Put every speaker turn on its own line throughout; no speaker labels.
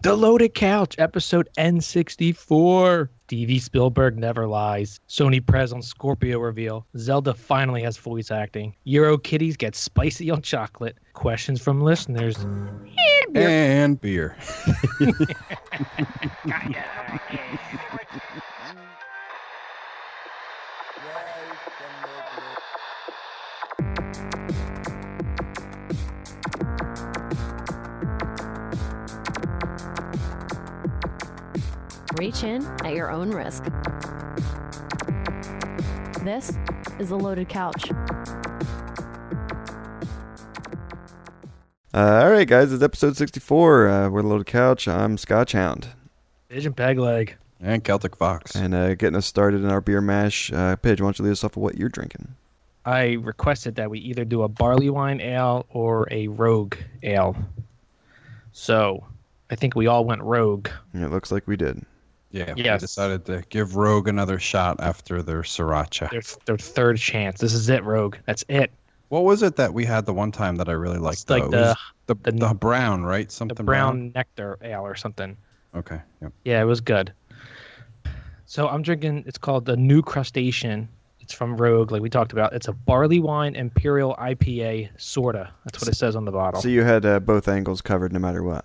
The Loaded Couch, episode N64. DV Spielberg never lies. Sony Prez on Scorpio reveal. Zelda finally has voice acting. Euro Kitties get spicy on chocolate. Questions from listeners.
and beer.
Reach in at your own risk. This is the Loaded Couch.
Uh, all right, guys, it's episode 64. Uh, we're the Loaded Couch. I'm Scotch Hound.
Pigeon Peg Leg.
And Celtic Fox.
And uh, getting us started in our beer mash. Uh, Pidge, why don't you lead us off with what you're drinking?
I requested that we either do a barley wine ale or a rogue ale. So I think we all went rogue.
And it looks like we did.
yeah,
yes.
we decided to give Rogue another shot after their sriracha.
Their, their third chance. This is it, rogue. That's it.
What was it that we had the one time that I really liked?
It's like
though? It
the-
was the,
the-
the brown, right?
The
Something
brown nectar ale or something.
Okay. Yep.
Yeah, it was good. So I'm drinking. It's called the New Crustacean. It's from Rogue, like we talked about. It's a barley wine imperial IPA sorta. That's what it says on the bottle.
So you had uh, both angles covered no matter what.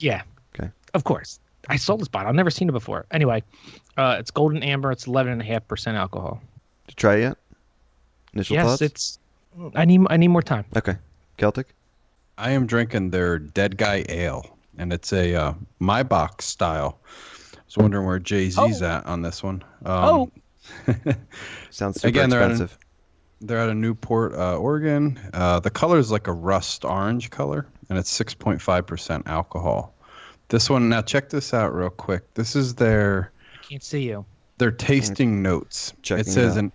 Yeah.
Okay.
Of course. I sold this bottle. I've never seen it before. Anyway, uh, it's golden amber. It's 11.5% alcohol.
Did you try it yet? Initial
yes,
thoughts?
it's. I need I need more time.
Okay. Celtic?
I am drinking their Dead Guy Ale, and it's a uh, my box style. I was wondering where Jay Z's at on this one. Um,
Oh.
Sounds super
Again, they're on-
expensive.
They're out of Newport, uh, Oregon. Uh, the color is like a rust orange color, and it's 6.5% alcohol. This one, now check this out real quick. This is their
I can't see you.
their tasting notes.
Checking
it
it
says
out.
an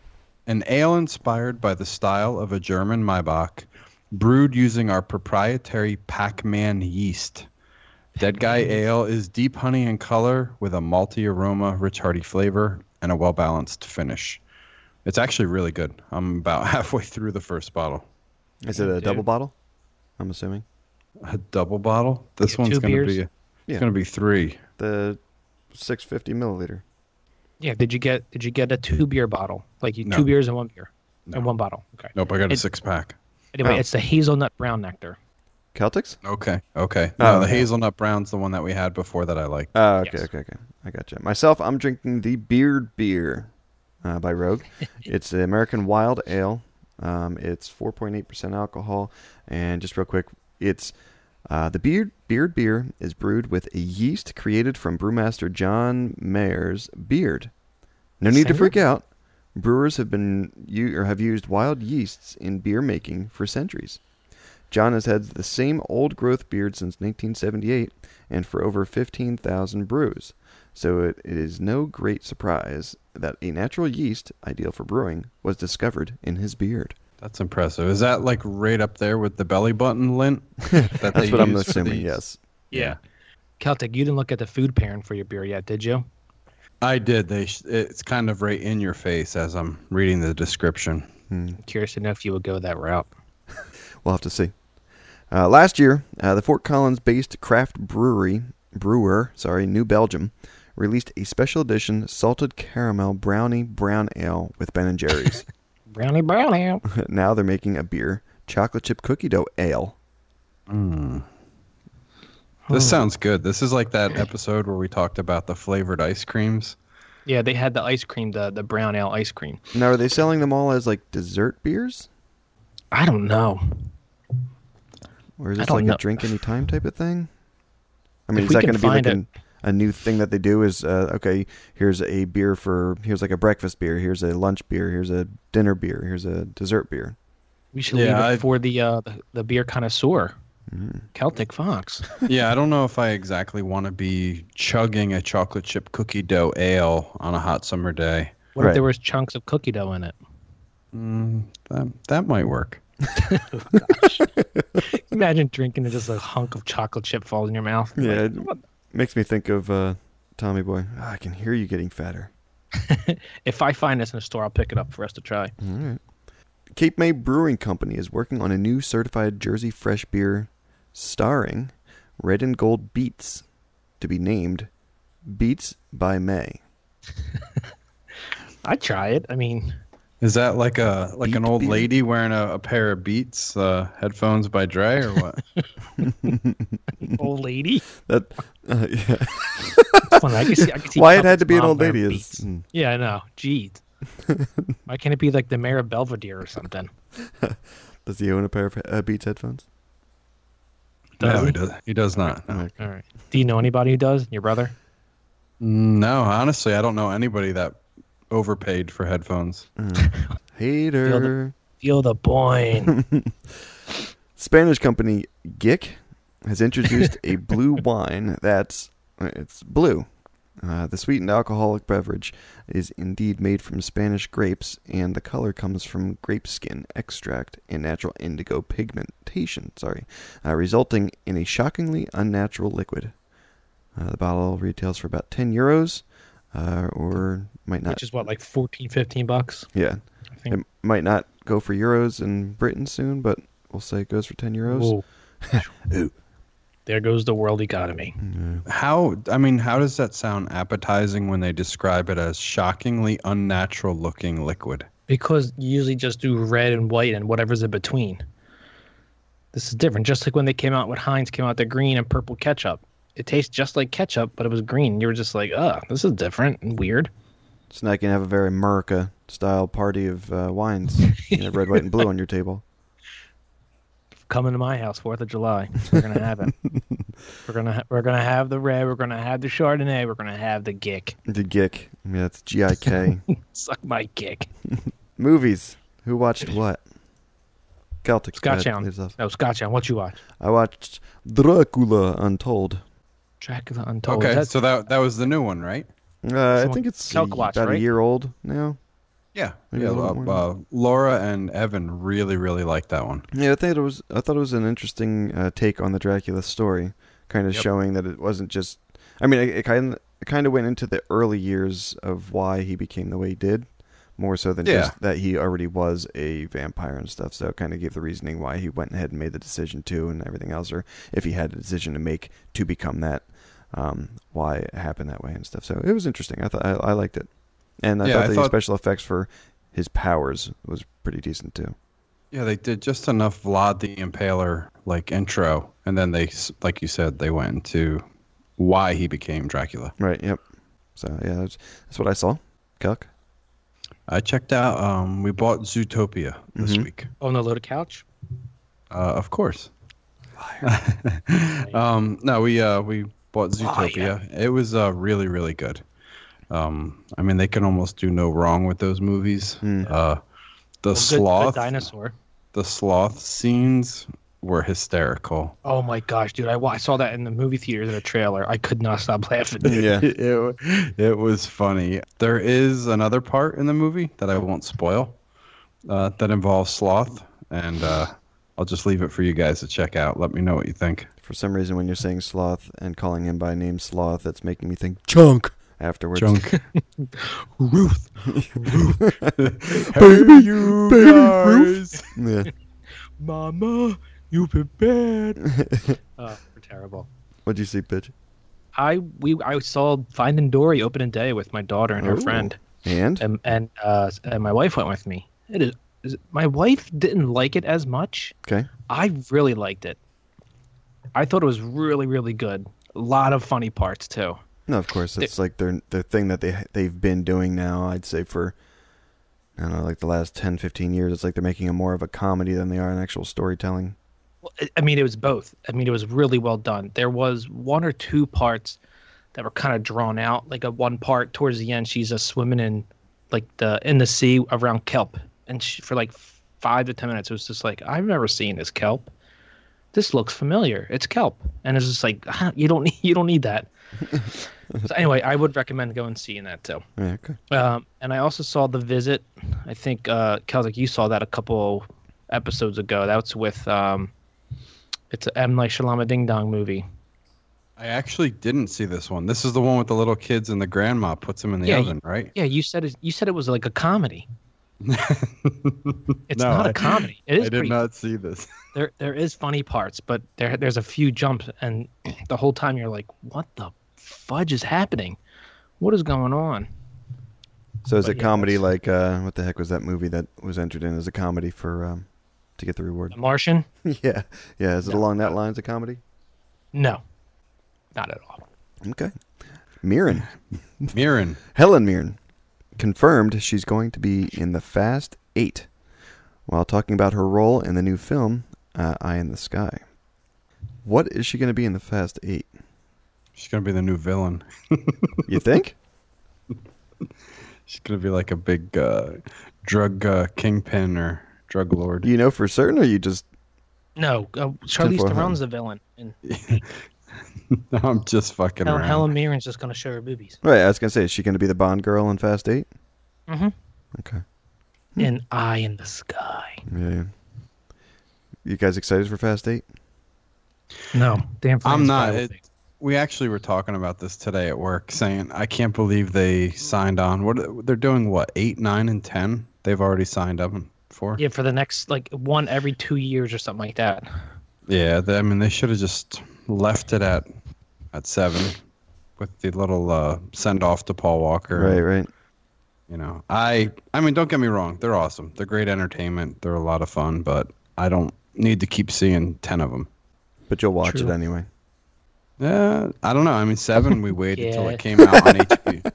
an ale inspired by the style of a German Maibach, brewed using our proprietary Pac-Man yeast. Dead Guy Ale is deep honey in color with a malty aroma, rich hearty flavor, and a well-balanced finish. It's actually really good. I'm about halfway through the first bottle.
Is it a
Dude.
double bottle? I'm assuming.
A double bottle. This
Yeah,
one's
two
going to
beers?
be it's
Yeah.
going to be 3.
The 650 milliliter.
Yeah. Did you get Did you get a two beer bottle? Like you,
No.
two beers and one beer,
No.
and one bottle. Okay.
Nope, I got a
It-
6 pack.
Anyway,
Oh.
it's the hazelnut brown nectar.
Celtics?
Okay. Okay.
Oh,
No, the
okay.
hazelnut brown's the one that we had before that I like.
Oh, okay,
Yes.
okay, okay. I gotcha. Myself, I'm drinking the Beard Beer uh, by Rogue. it's the American Wild Ale. Um, it's 4.8% alcohol. And just real quick, it's uh, the Beard Beard Beer is brewed with a yeast created from brewmaster John Mayer's beard. No need to
Same.
freak out. Brewers have been u- or have used wild yeasts in beer making for centuries. John has had the same old growth beard since 1978 and for over 15,000 brews. So it is no great surprise that a natural yeast, ideal for brewing, was discovered in his beard.
That's impressive. Is that like right up there with the belly button lint? That
That's
they
what I'm
use for
assuming,
these?
yes.
Yeah.
Celtic, you didn't look at the food pairing for your beer yet, did you?
I did. They sh- it's kind of right in your face as I'm reading the description.
I'm curious to know if you would go that route.
We'll have to see. Uh, last year, uh, the Fort Collins-based craft brewery brewer, sorry, New Belgium, released a special edition salted caramel brownie brown ale with Ben and Jerry's.
Brownie, brownie.
now they're making a beer chocolate chip cookie dough ale.
This
Oh.
sounds good. This is like that episode where we talked about the flavored ice creams.
yeah, they had the ice cream, the the brown ale ice cream.
Now, are they selling them all as like dessert beers,
I don't know.
or is
I
this
don't
like
know.
a drink any time type of thing? I mean,
If we
is that
can
going to be like
find it.
an, a new thing that they do? Is uh, okay? Here's a beer for here's like a breakfast beer. Here's a lunch beer. Here's a dinner beer. Here's a dessert beer.
We should
Yeah,
leave it
I-
for the, uh, the the beer connoisseur,
Mm.
Celtic Fox.
yeah, I don't know if I exactly want to be chugging a chocolate chip cookie dough ale on a hot summer day.
What
Right.
if there was chunks of cookie dough in it?
Mm, that that might work.
Imagine drinking and just a hunk of chocolate chip falls in your mouth.
Yeah, it makes me think of uh, Tommy Boy. Ah, I can hear you getting fatter.
If I find this in a store, I'll pick it up for us to try.
Cape May Brewing Company is working on a new certified Jersey fresh beer starring red and gold beets to be named Beats by May.
I'd try it. I mean,
Is that like a like an
Beat
old
beer.
lady wearing a, a pair of Beats uh, headphones by Dre or what?
old lady.
That uh, yeah.
It's funny. I can see, I can see
why it had
Trump's
to be an
mom
old
wearing
lady is mm.
Beats. Yeah, I know. Jeez. Why can't it be like the mayor of Belvedere or something?
does he own a pair of uh, Beats headphones?
no,
Does
he
he?
does. He does not. No.
All right. Do you know anybody who does? Your brother?
No, honestly, I don't know anybody that overpaid for headphones.
Hmm. Hater.
Feel the boing.
Spanish company Gick has introduced a blue wine that's uh, it's blue. Uh, the sweetened alcoholic beverage is indeed made from Spanish grapes, and the color comes from grape skin extract and natural indigo pigmentation. Sorry, uh, resulting in a shockingly unnatural liquid. Uh, the bottle retails for about ten euros, uh, or might not.
Which is what, like 14, 15 bucks?
yeah,
I think.
it might not go for euros in Britain soon, but we'll say it goes for ten euros.
Whoa.
Ooh. Mm.
there goes the world economy.
How I mean, how does that sound appetizing when they describe it as shockingly unnatural looking liquid?
Because you usually just do red and white and whatever's in between. This is different. Just like when they came out with Heinz came out the green and purple ketchup. It tastes just like ketchup, but it was green. You were just like, ugh, this is different and weird.
So now you can have a very America style party of uh, wines. You have red, white, and blue on your table.
Coming to my house, Fourth of July. We're gonna have it. we're gonna ha- we're gonna have the red. We're gonna have the Chardonnay. We're gonna have the Gick.
The Gick. Yeah, it's G I K.
Suck my Gick.
Movies. Who watched what? Celtic. go ahead,
Scotchound.
lead us off.
No, Scotchound. What you watch?
I watched Dracula Untold.
Dracula Untold.
okay,
That's-
so that that was the new one, right?
Uh, I
Someone
think it's
Celtic watched,
about a
right?
year old now.
Yeah,
Maybe
yeah.
a little
Uh,
bit more.
uh, Laura and Evan really, really liked that one.
Yeah, I think it was. I thought it was an interesting uh, take on the Dracula story, kind of
Yep.
showing that it wasn't just. I mean, it, it kind it kind of went into the early years of why he became the way he did, more so than
Yeah.
just that he already was a vampire and stuff. So it kind of gave the reasoning why he went ahead and made the decision to, and everything else, or if he had a decision to make to become that, um, why it happened that way and stuff. So it was interesting. I thought I, I liked it, and I
Yeah,
thought
I
the
thought-
special effects for his powers was pretty decent too.
Yeah, they did just enough Vlad the Impaler like intro, and then they, s- like you said, they went into why he became Dracula.
Right. Yep. So yeah, that's, that's what I saw. Cuck.
I checked out. Um, we bought Zootopia this
Mhm.
week,
on the loaded couch.
uh, of course. um, no, we uh, we bought Zootopia. It was uh, really, really good. Um, I mean, they can almost do no wrong with those movies. Uh, the
Hmm. Well, good- good
sloth,
dinosaur.
the sloth scenes were hysterical.
Oh my gosh, dude! I, wa- I saw that in the movie theaters in a trailer. I could not stop laughing.
Yeah.
it, it was funny. There is another part in the movie that I won't spoil uh, that involves sloth, and uh, I'll just leave it for you guys to check out. Let me know what you think.
For some reason, when you're saying sloth and calling him by name sloth, that's making me think chunk afterwards.
Junk.
Ruth,
baby, you guys.
Yeah.
Mama, you've been bad. uh, we're terrible.
What'd you see, bitch?
I we I saw Finding Dory opening day with my daughter and her
Ooh.
friend,
And
and and uh, and my wife went with me. It is, is my wife didn't like it as much.
okay,
I really liked it. I thought it was really really good. A lot of funny parts too.
no, of course it's like their their thing that they they've been doing now. I'd say for I don't know, like the last 10, 15 years, it's like they're making it more of a comedy than they are an actual storytelling.
Well, I- I mean, it was both. I mean, it was really well done. There was one or two parts that were kind of drawn out. Like a one part towards the end, she's just swimming in, like the in the sea around kelp, and she, for like f- five to ten minutes, it was just like I've never seen this kelp. This looks familiar. It's kelp, and it's just like you don't need you don't need that. so anyway, I would recommend going and seeing that uh, too.
Yeah, okay.
Um, and I also saw The Visit. I think uh, Celtic, you saw that a couple episodes ago. That's with um, it's a M Night Shyamalan Ding Dong movie.
I actually didn't see this one. This is the one with the little kids and the grandma puts them in the
Yeah,
oven, right?
Yeah, you said it, you said it was like a comedy. It's
No,
not
I-
a comedy. It
I
is
did
pretty,
not see this.
there there is funny parts, but there there's a few jumps, and the whole time you're like, what the fudge is happening? What is going on?
So is
But
it
yeah,
comedy
that's-
like uh, what the heck was that movie that was entered in as a comedy for um, to get the reward?
The Martian?
yeah, yeah. Is it along that lines of comedy?
No, not at all.
Okay. Mirren,
Mirren.
Helen Mirren, confirmed she's going to be in the Fast Eight. While talking about her role in the new film uh, Eye in the Sky, what is she going to be in the Fast Eight?
She's gonna be the new villain.
You think?
She's gonna be like a big uh, drug uh, kingpin or drug lord.
you know for certain, or you just
No, uh, Charlize
Tinfoil hat.
Theron's the villain, and
No, I'm just fucking
Hel-
around.
Helen Mirren's just gonna show her boobies.
right? I was going to say, is she going to be the Bond girl in Fast Eight?
Mm-hmm.
Okay.
An eye in the sky.
Yeah. yeah. You guys excited for Fast Eight?
No, damn.
I'm
Frankenstein
not.
will
It-
be.
we actually were talking about this today at work, saying I can't believe they signed on. What they're doing? What eight, nine, and ten? They've already signed up for.
yeah, for the next like one every two years or something like that.
Yeah, they, I mean they should have just left it at at seven with the little uh, send off to Paul Walker.
Right, right.
You know, I I mean don't get me wrong, they're awesome. They're great entertainment. They're a lot of fun, but I don't need to keep seeing ten of them.
But you'll watch
True.
it anyway.
Yeah, I don't know. I mean seven, we waited till
Yeah.
it came out on HBO.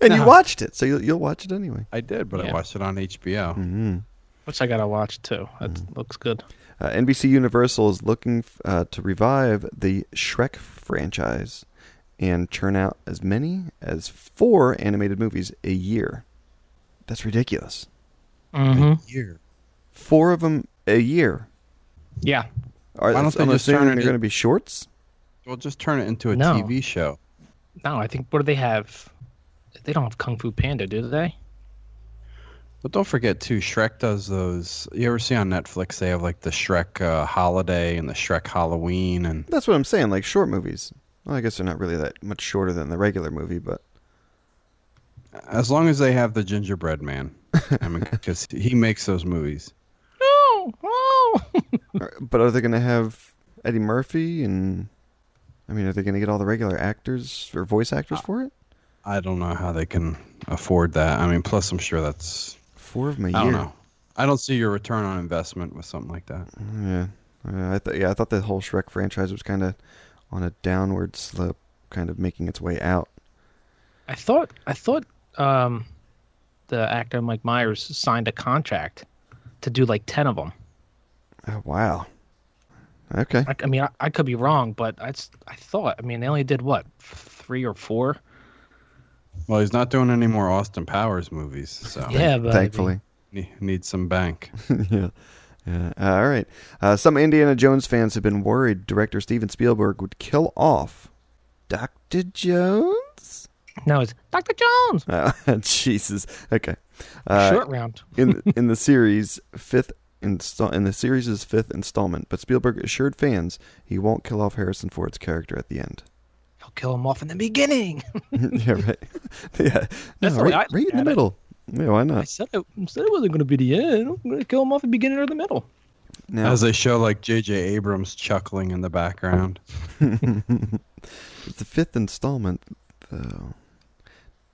And you
No.
watched it, so you'll, you'll watch it anyway.
I did, but
Yeah.
I watched it on HBO.
Mm-hmm.
Which I gotta watch too. That looks good.
Uh, NBC Universal is looking f- uh, to revive the Shrek franchise and churn out as many as four animated movies a year. That's ridiculous.
Mm-hmm.
Year.
Four of them a year.
Yeah,
Are,
Why don't they
I'm
just
assuming
turn it
they're
in-
going to be shorts?
Well, just turn it into a
No.
TV show.
No, I think what do they have? They don't have Kung Fu Panda, do they?
But don't forget too, Shrek does those. You ever see on Netflix? They have like the Shrek uh, holiday and the Shrek Halloween, and
That's what I'm saying, like short movies. Well, I guess they're not really that much shorter than the regular movie, but
as long as they have the Gingerbread Man, I mean, because he makes those movies.
No, no.
Are- But are they going to have Eddie Murphy and? I mean, are they going to get all the regular actors or voice actors
Uh,
for it?
I don't know how they can afford that. I mean, plus I'm sure that's
Four of them a
I
year.
don't know. I don't see your return on investment with something like that.
Yeah, Uh, I th- yeah, I thought the whole Shrek franchise was kind of on a downward slope, kind of making its way out.
I thought I thought um, the actor Mike Myers signed a contract to do like ten of them.
Oh, wow. Okay.
I, I mean, I, I could be wrong, but I, s- I thought. I mean, they only did what three or four.
Well, he's not doing any more Austin Powers movies, so
Yeah, but I mean,
Thankfully.
ne- need some bank.
yeah. Yeah. Uh, all right. Uh, some Indiana Jones fans have been worried director Steven Spielberg would kill off Dr. Jones.
no, it's Doctor Jones.
Uh, Jesus. Okay. Uh,
Short round.
in in the series fifth install in the series' fifth installment, but Spielberg assured fans he won't kill off Harrison Ford's character at the end.
He'll kill him off in the beginning.
yeah, right. yeah,
That's
no,
the way
right,
I
right
look
in the
at it.
middle. Yeah, why
I
not?
said it, I said it wasn't going to be the end. I'm going to kill him off in the beginning or the middle.
Now,
As they show like J.J. Abrams chuckling in the background.
it's the fifth installment, though.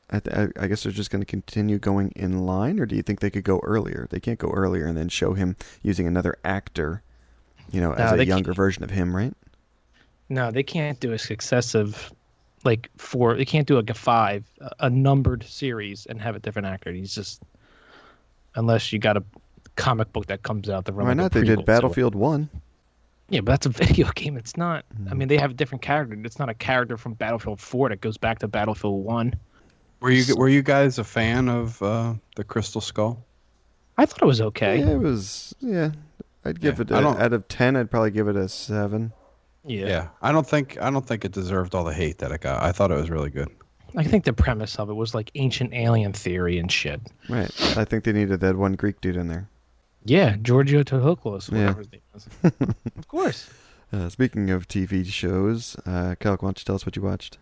I, th- I, I guess they're just going to continue going in line, or do you think they could go earlier? They can't go earlier and then show him using another actor, you know, as
No,
a
they
younger
can't.
version of him, right?
No, they can't do a successive, like four. They can't do like a five, a- a numbered series, and have a different actor. He's just, unless you got a comic book that comes out. The
Why not? They did Battlefield One.
Yeah, but that's a video game. It's not. I
Hmm.
mean, they have a different character. It's not a character from Battlefield Four that goes back to Battlefield One.
Were you were you guys a fan of uh, the Crystal Skull?
I thought it was okay.
Yeah, it was. Yeah, I'd give
Yeah,
it
I
a,
don't-
out of ten. I'd probably give it a seven.
Yeah.
I don't think I don't think it deserved all the hate that it got. I thought it was really good.
I think the premise of it was like ancient alien theory and shit.
Right. I think they needed that one Greek dude in there.
Yeah, Giorgio Tokopoulos,
Yeah.
whatever his name was. of course.
Uh, speaking of TV shows, uh, Calc, why don't you tell us what you watched?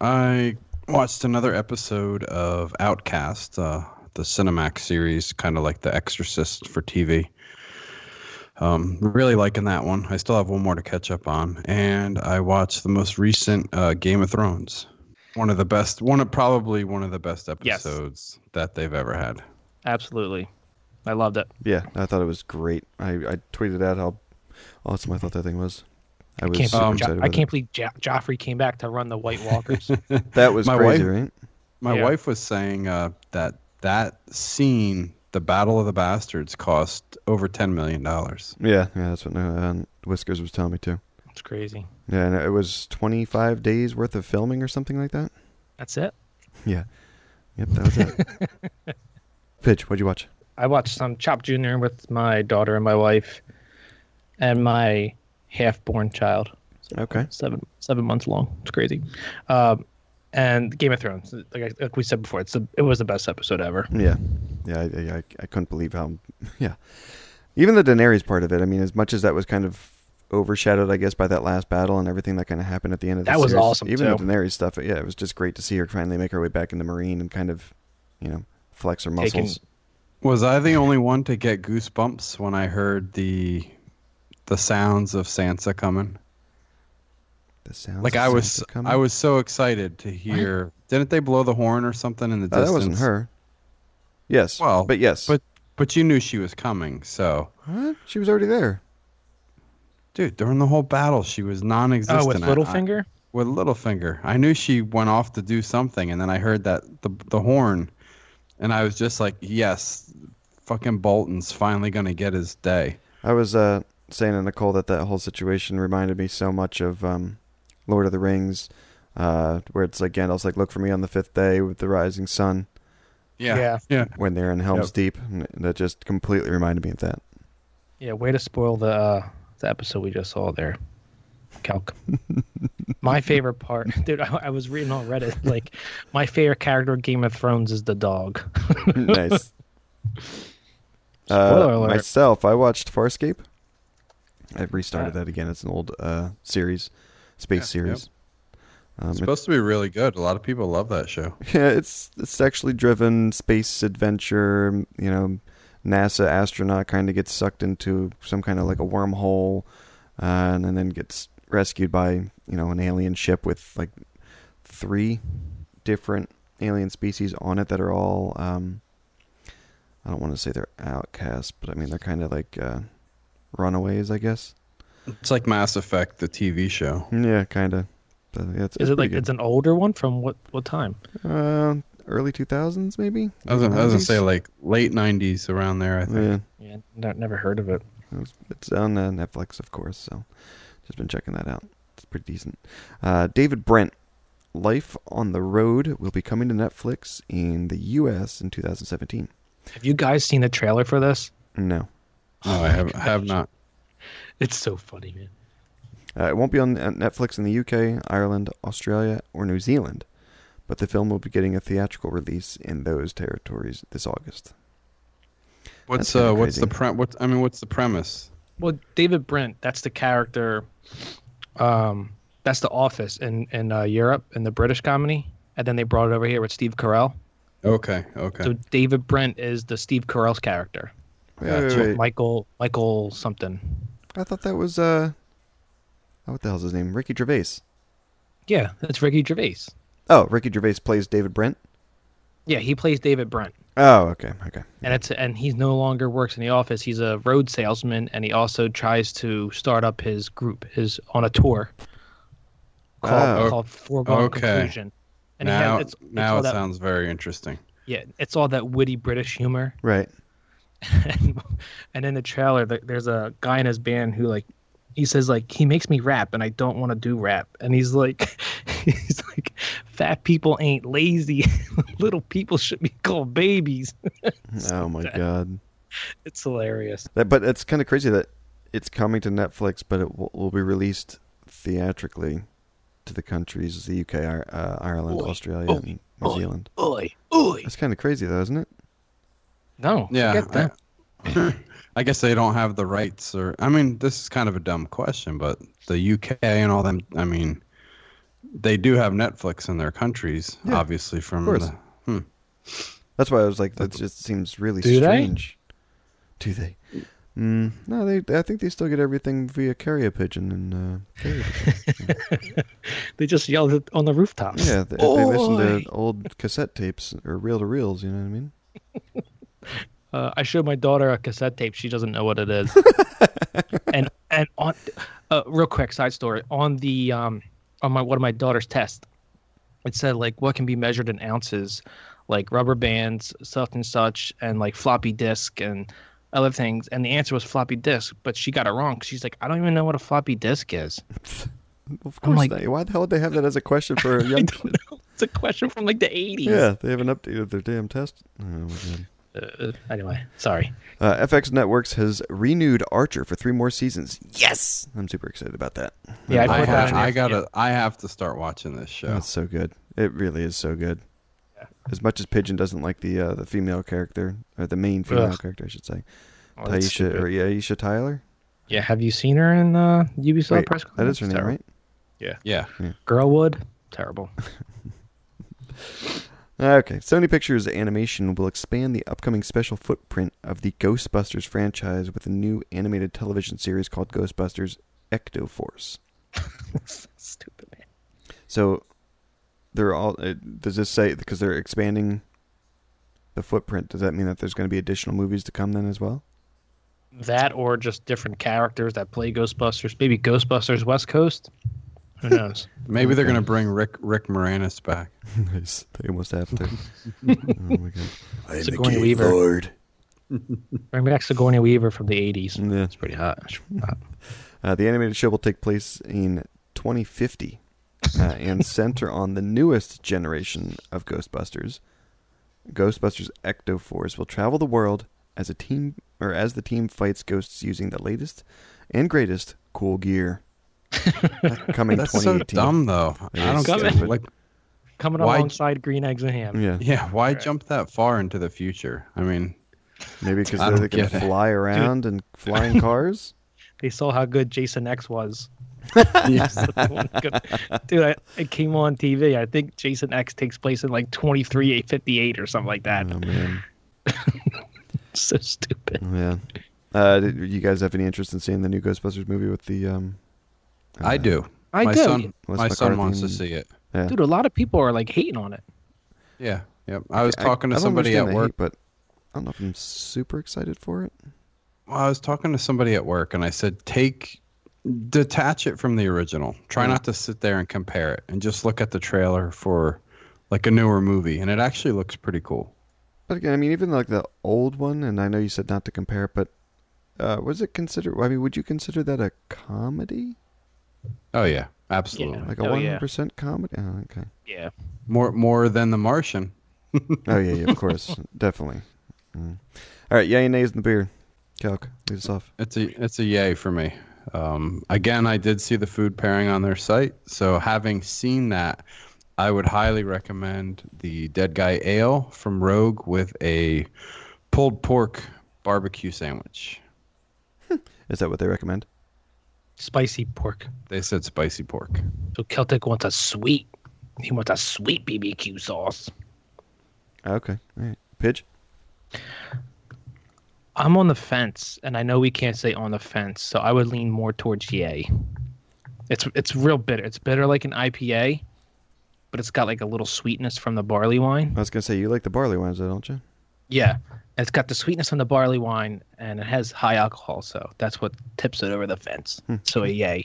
I watched another episode of Outcast, uh, the Cinemax series, kind of like The Exorcist for TV. Um, really liking that one. I still have one more to catch up on, and I watched the most recent uh, Game of Thrones. One of the best, one of probably one of the best
Yes.
episodes that they've ever had.
Absolutely. I loved it.
Yeah, I thought it was great. I, I tweeted out how awesome I thought that thing was. I was
Can't
super
believe
um,
Jo-
excited.
I
about
can't believe jo- Joffrey came back to run the White Walkers.
It. That was
My
crazy,
wife-
right?
My
Yeah.
wife was saying uh, that that scene, the Battle of the Bastards, cost over ten million dollars.
Yeah, yeah, that's what uh, Whiskers was telling me too.
it's crazy.
Yeah, and it was 25 days worth of filming or something like that.
That's it.
Yeah, yep, that was it. Pitch, what'd you watch?
I watched some Chop Junior with my daughter and my wife, and my half-born child,
Okay,
seven seven months long. It's crazy. Um, and Game of Thrones, like, I, like we said before, it's the, it was the best episode ever.
yeah, yeah, I, I, I couldn't believe how, yeah, even the Daenerys part of it. I mean, as much as that was kind of overshadowed, I guess, by that last battle and everything that kind of happened at the end of the
That was
series,
awesome,
Even the
too.
Daenerys stuff, yeah, it was just great to see her finally make her way back in the Marine and kind of, you know, flex her
Taking-
muscles.
Was I the only one to get goosebumps when I heard the the sounds of Sansa coming?
The sounds
Like
of
I was,
Sansa coming.
I was so excited to hear. Didn't they blow the horn or something in the
Oh,
distance?
that wasn't her. Yes.
Well,
but yes.
But but you knew she was coming, so
Huh? she was already there.
dude, during the whole battle, she was non-existent.
oh, with
I- I-
Littlefinger.
with Littlefinger. I knew she went off to do something, and then I heard that the the horn, and I was just like, "Yes, fucking Bolton's finally gonna get his day."
I was uh, saying to Nicole that that whole situation reminded me so much of um, Lord of the Rings, uh, where it's like Gandalf's like, "Look for me on the fifth day with the rising sun."
Yeah.
yeah.
When they're in Helm's Deep, And that just completely reminded me of that.
Yeah, way to spoil the uh, the episode we just saw there, Calc. my favorite part, dude. I, I was reading on Reddit. Like, my favorite character in Game of Thrones is the dog.
nice.
Spoiler
Uh,
alert.
myself, I watched Farscape. I've restarted that again. It's an old uh, series, space
Yeah, yep.
series. Um,
It's
it-
supposed to be really good. A lot of people love that show.
Yeah, it's it's actually driven space adventure. You know, NASA astronaut kind of gets sucked into some kind of like a wormhole, uh, and then- then gets rescued by you know an alien ship with like three different alien species on it that are all. Um, I don't want to say they're outcasts, but I mean they're kind of like uh, runaways, I guess.
It's like Mass Effect, the TV show.
Yeah, kind of. Yeah, it's,
Is
it's
it
pretty
like
good.
it's an older one from what what time?
uh, early two thousands maybe?
I was, gonna- I was gonna
90s?
say like late '90s around there. I think.
yeah.
Yeah, no, never heard of it.
It's- It's on uh, Netflix, of course. So, just been checking that out. It's pretty decent. Uh, David Brent, Life on the Road, will be coming to Netflix in the U.S. in 2017.
Have you guys seen the trailer for this?
No,
No, I have have not.
It's so funny, man.
uh, it won't be on uh, Netflix in the U.K., Ireland, Australia, or New Zealand, but the film will be getting a theatrical release in those territories this August.
What's
kinda
uh what's the
crazy.
pre- what's I mean what's the premise?
Well, David Brent, that's the character. Um, that's the Office in in uh, Europe in the British comedy, and then they brought it over here with Steve Carell.
Okay, okay.
So David Brent is the Steve Carell's character.
Wait,
Yeah,
wait,
so
wait.
Michael Michael something.
I thought that was uh, oh, what the hell's his name? Ricky Gervais.
Yeah, that's Ricky Gervais.
Oh, Ricky Gervais plays David Brent.
Yeah, he plays David Brent,
Oh, okay, okay.
and it's and he's no longer works in the office. He's a road salesman, and he also tries to start up his group. His on a tour called
Oh.
called Foregone
Okay.
Conclusion. And he
now
has, it's, it's
now
all
it
that,
sounds very interesting.
yeah, it's all that witty British humor.
Right.
and, and in the trailer there- there's a guy in his band who like he says like he makes me rap and i don't want to do rap and he's like he's like fat people ain't lazy little people should be called babies
Oh my god.
it's hilarious
That, but it's kind of crazy that it's coming to Netflix, but it will, will be released theatrically to the countries the UK, Ir- uh, Ireland,
Oi,
Australia,
oi,
and New
oi.
Zealand.
oi oi
That's kind of crazy, though, isn't it?
no
Yeah.
forget that.
I, I guess they don't have the rights or I mean, this is kind of a dumb question, but the UK and all them I mean they do have Netflix in their countries,
Yeah,
obviously from
course.
the hmm.
That's why I was like, that just seems really
Do they?
strange. Do they? Mm, no, they. I think they still get everything via carrier pigeon and. Uh, carrier pigeon.
They just yelled it on the rooftops.
yeah, they, they listen to old cassette tapes or reel to reels. You know what I mean?
Uh, I showed my daughter a cassette tape. She doesn't know what it is. and and on, uh, real quick side story on the um on my one of my daughter's tests, it said like what can be measured in ounces, like rubber bands, such and such, and like floppy disk and other things. And the answer was floppy disk, but she got it wrong. 'cause She's like, I don't even know what a floppy disk is.
Of
I'm
course
like-
not. Why the hell would they have that as a question for a young kid?
It's a question from like the 80s.
Yeah, they haven't updated their damn test. Oh, my God.
Uh, anyway, sorry.
Uh, FX Networks has renewed Archer for three more seasons. Yes, I'm super excited about that.
Yeah,
I,
put that
have,
in
I
there.
gotta. I have to start watching this show.
That's so good. It really is so good. As much as Pigeon doesn't like the uh, the female character or the main female
Ugh.
character, I should say,
Oh, that's
Taisha
stupid.
or yeah, Aisha Tyler.
Yeah, have you seen her in uh, Ubisoft
Wait,
press
that
conference?
is her name,
Terrible.
right?
Yeah.
Girlwood, terrible.
Okay. Sony Pictures Animation will expand the upcoming special footprint of the Ghostbusters franchise with a new animated television series called Ghostbusters Ecto Force.
Stupid man.
So they're all. It, does this say because they're expanding the footprint? Does that mean that there's going to be additional movies to come then as well?
That or just different characters that play Ghostbusters. Maybe Ghostbusters West Coast. Who knows?
Maybe they're gonna bring Rick Rick Moranis back.
nice. They almost have to. oh my god. I
Sigourney King Weaver.
Lord.
Bring back Sigourney Weaver from the '80s.
Yeah.
It's pretty hot. It's pretty hot.
Uh, the animated show will take place in 2050 uh, and center on the newest generation of Ghostbusters. Ghostbusters Ecto Force will travel the world as a team or as the team fights ghosts using the latest and greatest cool gear. Coming
That's so
2018.
dumb, though. I
is
don't get
stupid.
it. Like,
Coming
Why-
alongside Green Eggs and Ham.
Yeah,
yeah, why jump that far into the future? I mean,
maybe because
I
they're
don't
going
get
to
it.
fly around and fly in cars.
They saw how good Jason X was. Dude, I, it came on TV. I think Jason X takes place in like 2358 or something like that.
Oh man,
So stupid.
yeah. Uh, did you guys have any interest in seeing the new Ghostbusters movie with the um?
I do.
I
my
do.
Son,
Les
my son
McCarthy
wants to
and-
see it.
Yeah.
Dude, a lot of people are like hating on it.
Yeah. Yep. I was
I-
talking
I
to
don't
somebody
understand
at
the
work.
hate, but I don't know if I'm super excited for it.
Well, I was talking to somebody at work, and I said, take, detach it from the original. Try not to sit there and compare it, and just look at the trailer for, like, a newer movie, and it actually looks pretty cool.
But again, I mean, even like the old one, and I know you said not to compare, but uh, was it considered? I mean, would you consider that a comedy,
Oh yeah, absolutely.
Yeah.
like a
Oh,
one
yeah.
comedy? Oh, okay.
Yeah.
More more than The Martian.
Oh yeah, yeah of course, definitely. Mm. All right, yay and nays in the beer. Calc, lead us off.
It's a it's a yay for me. Um, again, I did see the food pairing on their site, so having seen that, I would highly recommend the Dead Guy Ale from Rogue with a pulled pork barbecue sandwich.
Is that what they recommend?
Spicy pork.
They said spicy pork.
So Celtic wants a sweet. He wants a sweet BBQ sauce.
Okay, all right. Pidge.
I'm on the fence, and I know we can't say on the fence, so I would lean more towards yay. It's it's real bitter. It's bitter like an IPA, but it's got like a little sweetness from the barley wine.
I was gonna say you like the barley wines, though, don't you?
Yeah, it's got the sweetness from the barley wine, and it has high alcohol, so that's what tips it over the fence.
Hmm.
So a yay.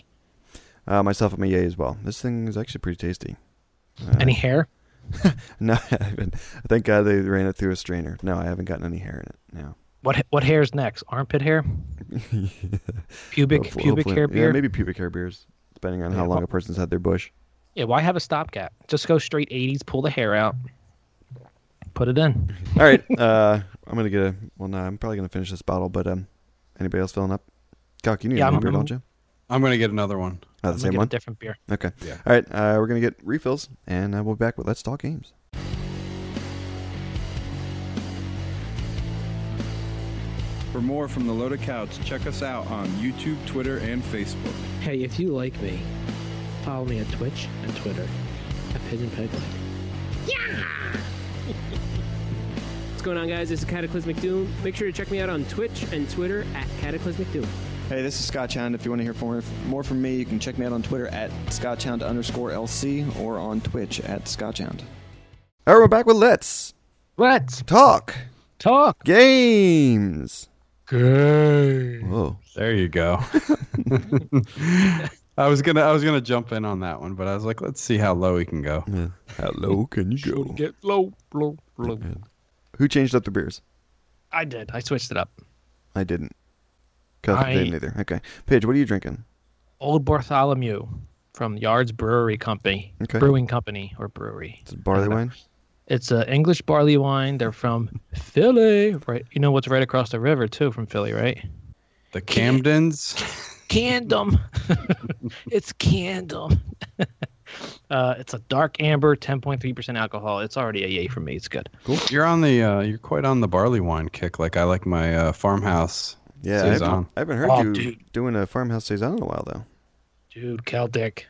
Uh, myself, I'm a yay as well. This thing is actually pretty tasty.
Any hair?
No, I haven't. Thank God they ran it through a strainer. No, I haven't gotten any hair in it. No.
What what hair is next? Armpit hair? Pubic
Hopefully-
pubic
hopefully-
hair
yeah,
beard?
maybe pubic hair beers, depending on how
Yeah,
long
well-
a person's had their bush.
Yeah, why have a stopgap? Just go straight 80s, pull the hair out, put it in.
All right, uh, I'm gonna get a. Well, no, I'm probably gonna finish this bottle. But um, anybody else filling up? Cock, you need
Yeah,
a new
I'm-
beer,
I'm-
don't you?
I'm gonna get another one.
I'm
Oh, the
gonna
same
get
one.
A different beer.
okay.
Yeah.
All right, uh, we're gonna get refills, and uh, we'll be back with Let's Talk Games.
For more from the Loaded Couch, check us out on YouTube, Twitter, and Facebook.
Hey, if you like me, follow me on Twitch and Twitter at Pigeon Pegleg. What's going on, guys? This is Cataclysmic Doom. Make sure to check me out on Twitch and Twitter at Cataclysmic Doom.
Hey, this is Scott Hound. If you want to hear more, more from me, you can check me out on Twitter at scotchhound underscore LC or on Twitch at scotchhound.
All right, we're back with Let's
Let's
Talk
talk
Games.
game.
Whoa.
There you go. I was gonna I was gonna jump in on that one, but I was like, let's see how low he can go.
How low can you go?
Get low, low, low.
Who changed up the beers?
I did. I switched it up.
I didn't. Cuff
I-
didn't either. Okay. Paige, what are you drinking?
Old Bartholomew from Yards Brewery Company,
Okay.
Brewing Company or brewery.
Is it barley wine?
It's a English barley wine. They're from Philly, right? You know what's right across the river too from Philly, right?
The Camdens.
Candom. it's Candom. uh, it's a dark amber, 10.3% alcohol. It's already a yay for me. It's good.
You're on the uh, you're quite on the barley wine kick. Like I like my uh, farmhouse.
Yeah, I haven't,
Saison.
I haven't heard
Oh,
you
dude.
doing a farmhouse saison in a while though.
Dude, Celtic,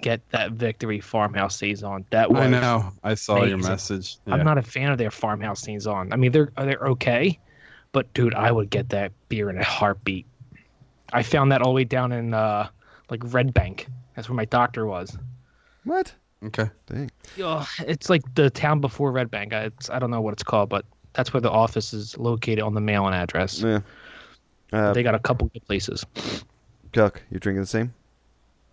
get that victory farmhouse saison. That was.
I know. I saw your
amazing.
message. Yeah.
I'm not a fan of their farmhouse saison. I mean, they're they're okay, but dude, I would get that beer in a heartbeat. I found that all the way down in uh, like Red Bank. That's where my doctor was.
What?
okay.
Dang.
Ugh, it's like the town before Red Bank. I, it's, I don't know what it's called, but that's where the office is located on the mailing address.
Yeah. Uh,
they got a couple good places.
Cuck, you drinking the same?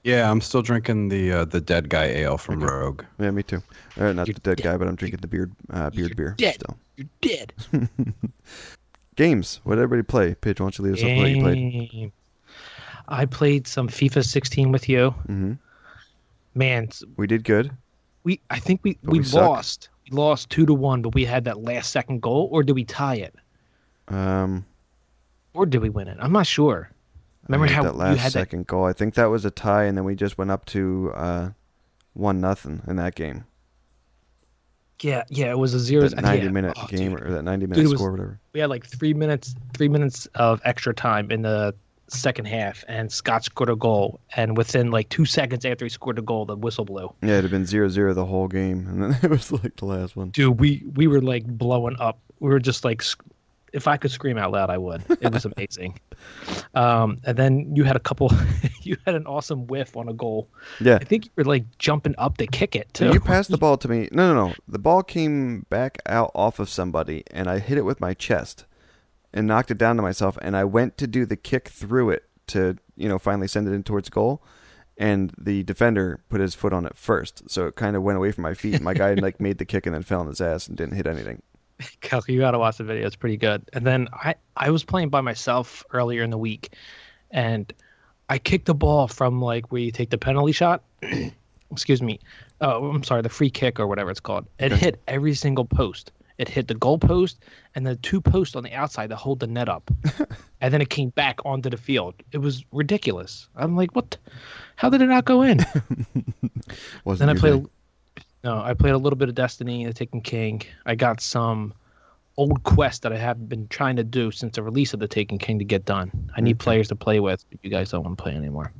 Yeah, I'm still drinking the uh, the dead guy ale from Rogue.
Yeah, me too. Uh, not
You're
the dead,
dead.
guy, but I'm drinking the beard uh, beard
You're
beer
dead.
still.
You're dead.
Games. What did everybody play? Paige, why don't you lead us off with what you played?
Dang. I played some FIFA 16 with you.
hmm
Man, s-
We did good.
we I think we
But
we,
we suck.
lost. We lost two to one, but we had that last second goal, or did we tie it,
Um,
or did we win it? I'm not sure.
I
Remember
hate
how
that
you
last
had
second goal? I think that was a tie, and then we just went up to uh, one nothing in that game.
that? Yeah, yeah, it was a zero.
that 90
yeah.
minute
Oh,
game
dude.
or that 90 minute
Dude, it was-
score, whatever.
we had like three minutes, three minutes of extra time in the second half, and Scott scored a goal. And within like two seconds after he scored a goal, the whistle blew.
Yeah, it'd have been zero zero the whole game, and then it was like the last one.
Dude, we we were like blowing up. We were just like, sc- if I could scream out loud, I would. It was amazing. um, and then you had a couple, you had an awesome whiff on a goal.
Yeah.
I think you were like jumping up to kick it
So
too.
you passed the ball to me. No, no, no. The ball came back out off of somebody, and I hit it with my chest and knocked it down to myself. And I went to do the kick through it to, you know, finally send it in towards goal. And the defender put his foot on it first, so it kind of went away from my feet. My guy like made the kick and then fell on his ass and didn't hit anything.
Cal, you gotta watch the video. It's pretty good. And then I I was playing by myself earlier in the week, and I kicked the ball from like where you take the penalty shot. Excuse me. Oh, I'm sorry, the free kick or whatever it's called. It hit every single post. It hit the goal post and the two posts on the outside that hold the net up. and then it came back onto the field. It was ridiculous. I'm like, what? How did it not go in?
Wasn't
Then I
your
played.
thing.
a- No, I played a little bit of Destiny, The Taken King. I got some old quests that I have been trying to do since the release of The Taken King to get done. I need players to play with, but you guys don't want to play anymore.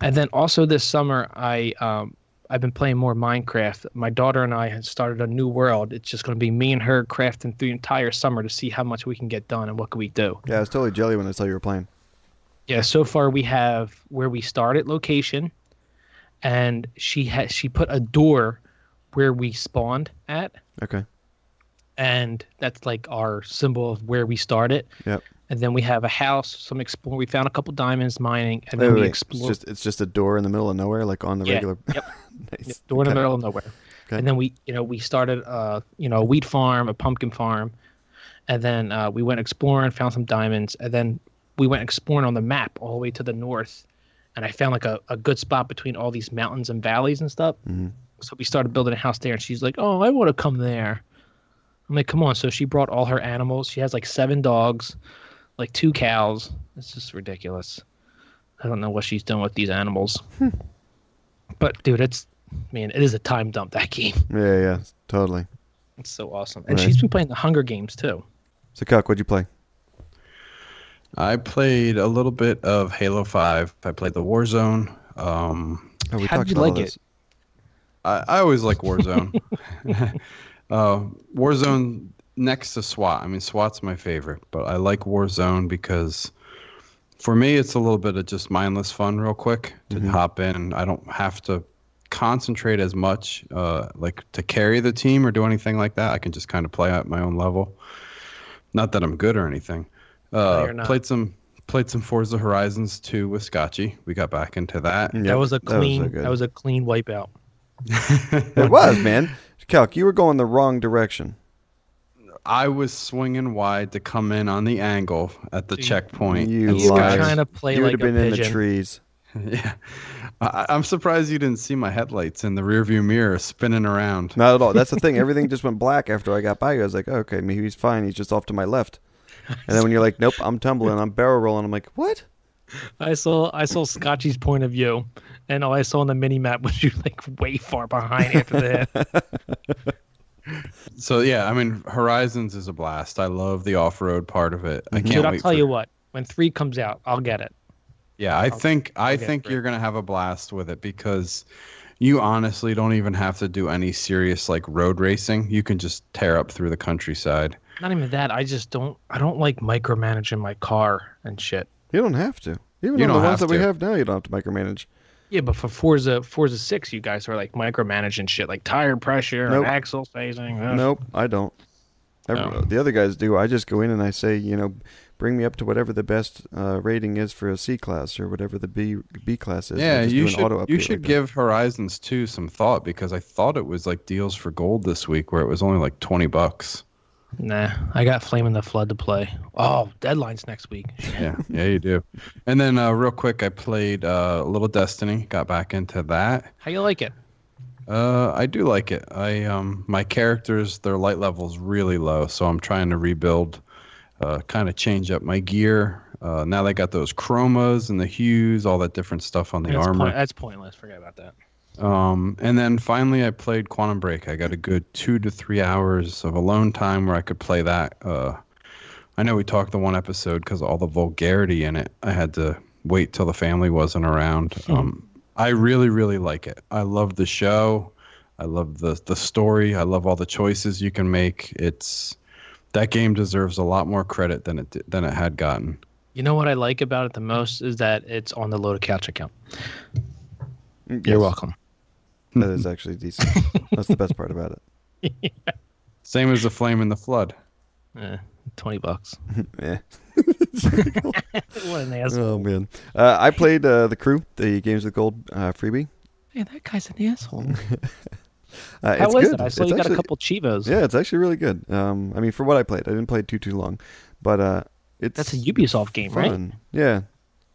And then also this summer, I um, I've been playing more Minecraft. My daughter and I had started a new world. It's just going to be me and her crafting through the entire summer to see how much we can get done and what can we do.
Yeah, I was totally jelly when I saw you were playing.
Yeah, so far we have where we started location, and she has she put a door where we spawned at,
Okay.
and that's like our symbol of where we started.
Yep.
And then we have a house, some explore. We found a couple diamonds mining, and
Wait,
then
wait,
we
wait. It's
explore
just it's just a door in the middle of nowhere, like on the
Yeah,
regular.
yep.
nice.
door in the
Okay.
middle of nowhere.
Okay.
And then we, you know, we started, uh, you know, a wheat farm, a pumpkin farm, and then uh, we went exploring, found some diamonds, and then we went exploring on the map all the way to the north, and I found like a, a good spot between all these mountains and valleys and stuff.
Mhm.
So we started building a house there, and she's like, "Oh, I want to come there." I'm like, "Come on!" So she brought all her animals. She has like seven dogs, like two cows. It's just ridiculous. I don't know what she's doing with these animals. But dude, it's man, it is a time dump that game.
Yeah, yeah, totally.
It's so awesome. And
Right.
she's been playing the Hunger Games too.
So, Cuck, what'd you play?
I played a little bit of Halo Five. I played the Warzone. Um,
Oh, we
How'd
talked
you
about all
like it?
this.
I, I always like Warzone. uh, Warzone next to SWAT. I mean, SWAT's my favorite, but I like Warzone because for me, it's a little bit of just mindless fun, real quick to hop in. I don't have to concentrate as much, uh, like to carry the team or do anything like that. I can just kind of play at my own level. Not that I'm good or anything. Uh,
you're not.
played some played some Forza Horizons 2 with Scotchy. We got back into that.
Yep,
that was a
so
clean. That was,
good.
a clean wipeout.
It was, man. Calc, you were going the wrong direction.
I was swinging wide to come in on the angle at the
You-
checkpoint.
You
and
You were
liar.
trying to play
you would
like
have
a
been in the
pigeon.
trees.
Yeah, I, I'm surprised you didn't see my headlights in the rearview mirror spinning around.
Not at all. That's the thing. Everything just went black after I got by you. I was like, okay, maybe he's fine. He's just off to my left. And then when you're like, nope, I'm tumbling, I'm barrel rolling. I'm like, what?
I saw I saw Scotchy's point of view, and all I saw on the mini map was you like way far behind after the hit.
So yeah, I mean Horizons is a blast. I love the off-road part of
Mhm.
it. I can't
Dude, I'll
wait
tell
for-
you what. When three comes out, I'll get it.
Yeah, I think I
get
think
through.
you're gonna have a blast with it because you honestly don't even have to do any serious like road racing. You can just tear up through the countryside.
Not even that. I just don't. I don't like micromanaging my car and shit.
You don't have to. Even
You
on the
don't
ones that
have
we
to.
have now, you don't have to micromanage.
Yeah, but for Forza Forza Six, you guys are like micromanaging shit, like tire pressure, and
Nope.
axle uh, phasing. ugh.
Nope, I don't. Every,
No.
The other guys do. I just go in and I say, you know, bring me up to whatever the best uh, rating is for a C class or whatever the B B class is. and I
yeah,
just
you
do an
should
auto
you
update
should
like that.
give Horizons 2 some thought because I thought it was like deals for gold this week where it was only like 20 bucks.
Nah, I got Flame in the Flood to play. Oh, deadline's next week.
yeah, yeah, you do. And then uh, real quick, I played uh, Little Destiny. Got back into that.
How you like it?
Uh, I do like it. I um, my characters, their light levels really low, so I'm trying to rebuild, uh, kind of change up my gear. Uh, now they got those chromas and the hues, all that different stuff on the
that's,
armor.
point- that's pointless. Forget about that.
Um, and then finally, I played Quantum Break. I got a good two to three hours of alone time where I could play that. Uh, I know we talked the one episode because all the vulgarity in it. I had to wait till the family wasn't around. Um, I really, really like it. I love the show. I love the the story. I love all the choices you can make. It's that game deserves a lot more credit than it did- than it had gotten.
You know what I like about it the most is that it's on the Loaded Couch account. You're
Mm, Yes,
welcome.
That is actually decent. That's the best part about it.
Same as the Flame in the Flood.
Eh, Twenty bucks.
Yeah.
what an asshole!
Oh man, uh, I played uh, the crew, the games with gold uh, freebie.
Man, that guy's an asshole.
Uh,
How
it's
was
good.
it? I saw
It's
you got
actually-
a couple chivos.
Yeah, it's actually really good. Um, I mean, for what I played, I didn't play too too long, but uh, it's
That's a Ubisoft game, right?
fun. Yeah,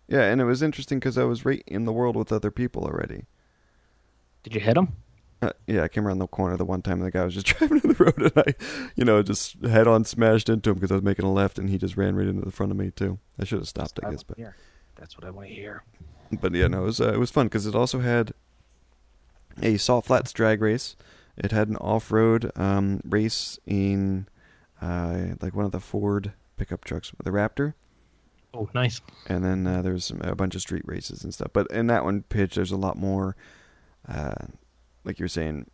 yeah, and it was interesting because I was right in the world with other people already.
Did you hit him?
Uh, yeah, I came around the corner the one time the guy was just driving to the road, and I, you know, just head on smashed into him because I was making a left, and he just ran right into the front of me too. I should have stopped, I guess, but
That's what I want to hear.
but yeah, no, it was uh, it was fun because it also had a soft flats drag race. It had an off road um, race in uh, like one of the Ford pickup trucks, the Raptor,
Oh, nice.
and then uh, there was some, a bunch of street races and stuff. But in that one pitch, there's a lot more, uh, like you were saying,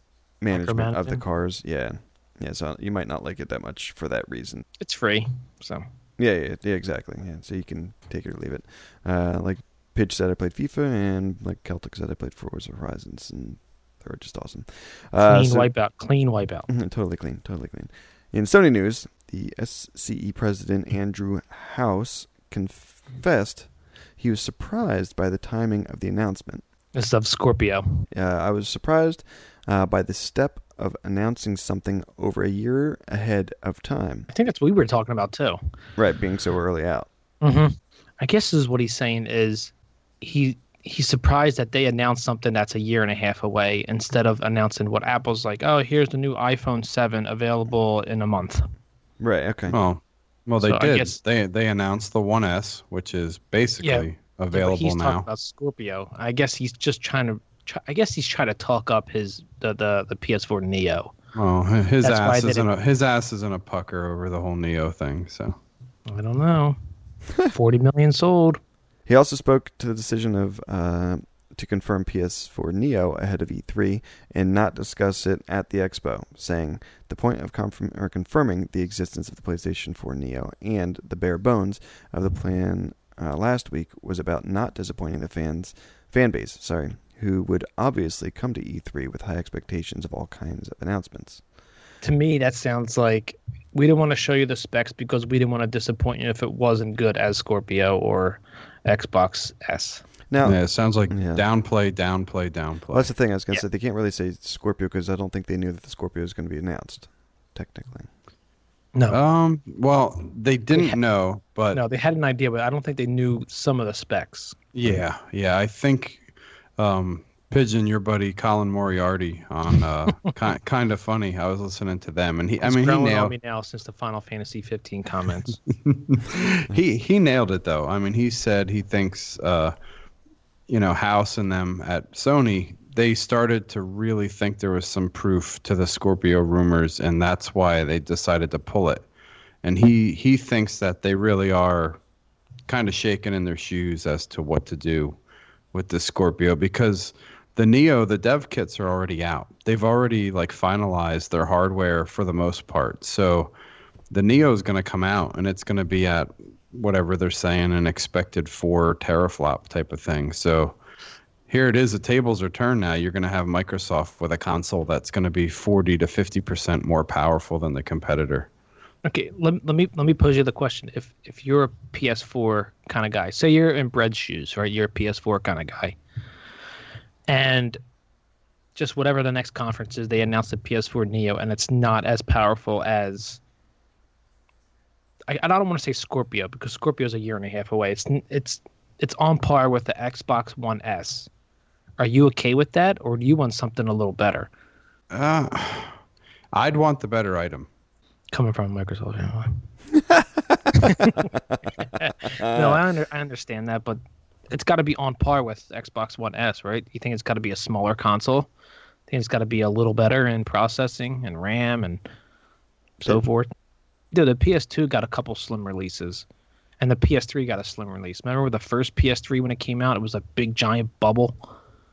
management of the
Micromanaging?
cars. Yeah, yeah. So you might not like it that much for that reason.
It's free, so
Yeah, yeah, yeah, exactly. Yeah, so you can take it or leave it. Uh, like Pitch said, I played FIFA, and like Celtic said, I played Forza Horizons, and they were just awesome. Uh,
clean
so-
wipeout. Clean wipeout.
Mm-hmm, totally clean, totally clean. In Sony news, the SCE president Andrew House confessed he was surprised by the timing of the announcement.
This is of Scorpio.
Uh, I was surprised uh, by the step of announcing something over a year ahead of time.
I think that's what we were talking about too.
Right, being so early out.
Mm-hmm. I guess is what he's saying is he he's surprised that they announced something that's a year and a half away instead of announcing what Apple's like. Oh, here's the new iPhone seven available in a month.
Right. Okay.
Oh, well, they
So I
did.
guess-
They they announced the One S, which is basically
Yeah, but
available
he's talking
now.
about Scorpio. I guess he's just trying to. try- I guess he's trying to talk up his the the, the PS4 Neo.
Oh, hi- his
That's why
ass
they
is in a his ass is in a pucker over the whole Neo thing. So
I don't know. Forty million sold.
He also spoke to the decision of uh, to confirm PS4 Neo ahead of E3 and not discuss it at the expo, saying the point of confirm- or confirming the existence of the PlayStation 4 Neo and the bare bones of the plan uh, last week was about not disappointing the fans fan base, sorry, who would obviously come to E3 with high expectations of all kinds of announcements.
To me, that sounds like we didn't want to show you the specs because we didn't want to disappoint you if it wasn't good as Scorpio or Xbox S.
Now,
yeah, it sounds like
Yeah.
downplay, downplay, downplay.
Well, that's the thing I was going to
Yeah.
say. They can't really say Scorpio because I don't think they knew that the Scorpio was going to be announced, technically.
No,
um, well, they didn't
ha-
know, but
no, they had an idea, but I don't think they knew some of the specs.
yeah, yeah, I think um, Pigeon, your buddy Colin Moriarty on uh, ki- kind of funny. I was listening to them, and he, I
It's
mean, he
growing on
nailed,
me now since the Final Fantasy 15 comments.
he he nailed it though. I mean, he said he thinks, uh, you know, House and them at Sony, they started to really think there was some proof to the Scorpio rumors, and that's why they decided to pull it. And he he thinks that they really are kind of shaken in their shoes as to what to do with the Scorpio because the Neo, the dev kits are already out. They've already like finalized their hardware for the most part. So the Neo is going to come out and it's going to be at whatever they're saying an expected four teraflop type of thing. So here it is. The tables are turned now. You're going to have Microsoft with a console that's going to be 40 to 50% more powerful than the competitor.
Okay, let, let me let me pose you the question. If if you're a PS4 kind of guy, say you're in Bread's shoes, right? You're a PS4 kind of guy, and just whatever the next conference is, they announce the PS4 Neo, and it's not as powerful as. I, I don't want to say Scorpio because Scorpio's a year and a half away. It's n- it's it's on par with the Xbox One S. Are you okay with that, or do you want something a little better
Uh, I'd want the better item.
coming from Microsoft? Anyway. no,
Uh,
I, under, I understand that, but it's got to be on par with Xbox One S, right? You think it's got to be a smaller console? I think it's got to be a little better in processing and RAM and so forth. Dude, the PS2 got a couple slim releases, and the PS3 got a slim release. Remember the first PS3 when it came out? It was a big giant bubble.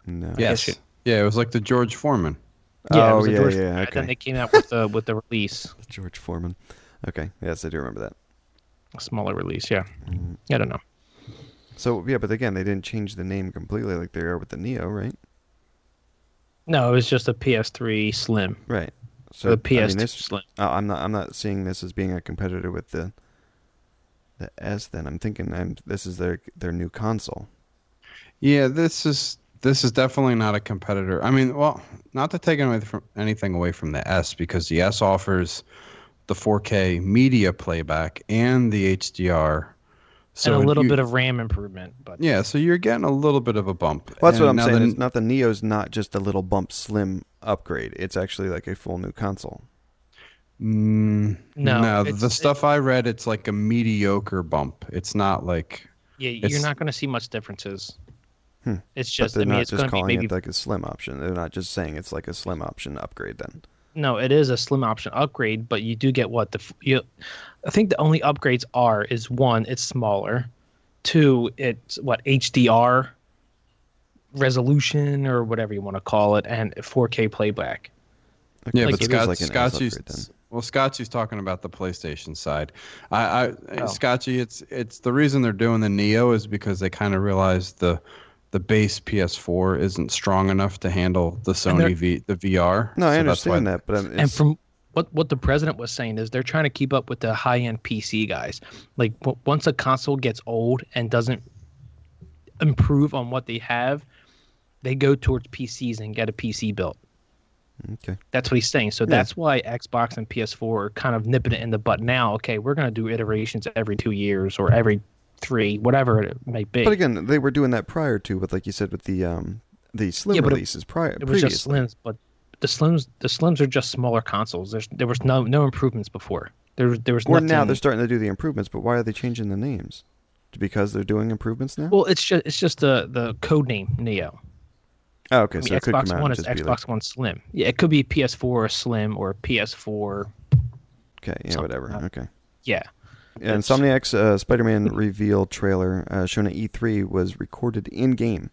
No.
guess you-
Yeah, it was like the George Foreman.
it
Oh,
was a
yeah,
George-
yeah,
and
okay.
Then they came out with the with the release,
George Foreman. Okay. Yes, I do remember that.
a smaller release. Yeah,
Mm.
I don't know.
So, yeah, but again, they didn't change the name completely like they are with the Neo, right?
No, it was just a PS3 Slim.
Right.
So the
I mean,
PS2
this-
Slim.
uh, I'm not. I'm not seeing this as being a competitor with the the S. Then I'm thinking I'm, this is their their new console.
Yeah, this is this is definitely not a competitor. I mean, well, not to take away from anything away from the S because the S offers the 4K media playback and the HDR. So
and a little
you-
bit of RAM improvement, but
yeah, so you're getting a little bit of a bump.
Well, that's
And
what I'm
now
saying.
the-
it's not the Neo's not just a little bump slim upgrade. It's actually like a full new console.
Mm,
No,
no,
it's-
the stuff I read, it's like a mediocre bump. It's not like
yeah,
It's-
you're not going to see much differences.
Hmm.
It's
But
just,
they're
I mean,
not
it's
just
going to be
calling
maybe
it like a slim option. They're not just saying it's like a slim option upgrade. Then
no, it is a slim option upgrade, but you do get what the f- you. I think the only upgrades are is one, it's smaller, two, it's what HDR resolution or whatever you want to call it, and 4K playback.
Yeah,
Like,
but
it is
Scott,
like an S
Scotchy's
upgrade then.
well, Scotchy's talking about the PlayStation side. I, I
Oh.
Scotchy, it's it's the reason they're doing the Neo is because they kind of realized the the base PS4 isn't strong enough to handle the
they're-
Sony V the VR.
no, I
so that's why-
understand that, but I'm,
and
it's-
from what what the president was saying is they're trying to keep up with the high end PC guys. Like w- once a console gets old and doesn't improve on what they have, they go towards PCs and get a PC built.
okay.
That's what he's saying. So that's why Xbox and PS4 are kind of nipping it in the butt now. Okay, we're going to do iterations every two years or every three, whatever it may be.
But again, they were doing that prior to with like you said with the um the slim
Yeah, but it-
releases prior.
it was just slims,
previously.
but the slims the slims are just smaller consoles. There's there was no no improvements before. There there was
Or
nothing.
now they're starting to do the improvements, but why are they changing the names? Because they're doing improvements now.
Well, it's just it's just the the code name Neo.
oh, okay,
I
so
mean,
it could come
Xbox
out
One
and
is
just
Xbox
be like,
One Slim. Yeah, it could be PS4 or Slim or PS4.
okay, yeah,
something
whatever,
like
okay.
Yeah,
And
That's-
E Insomniac's uh, Spider-Man reveal trailer uh, shown at E3 was recorded in game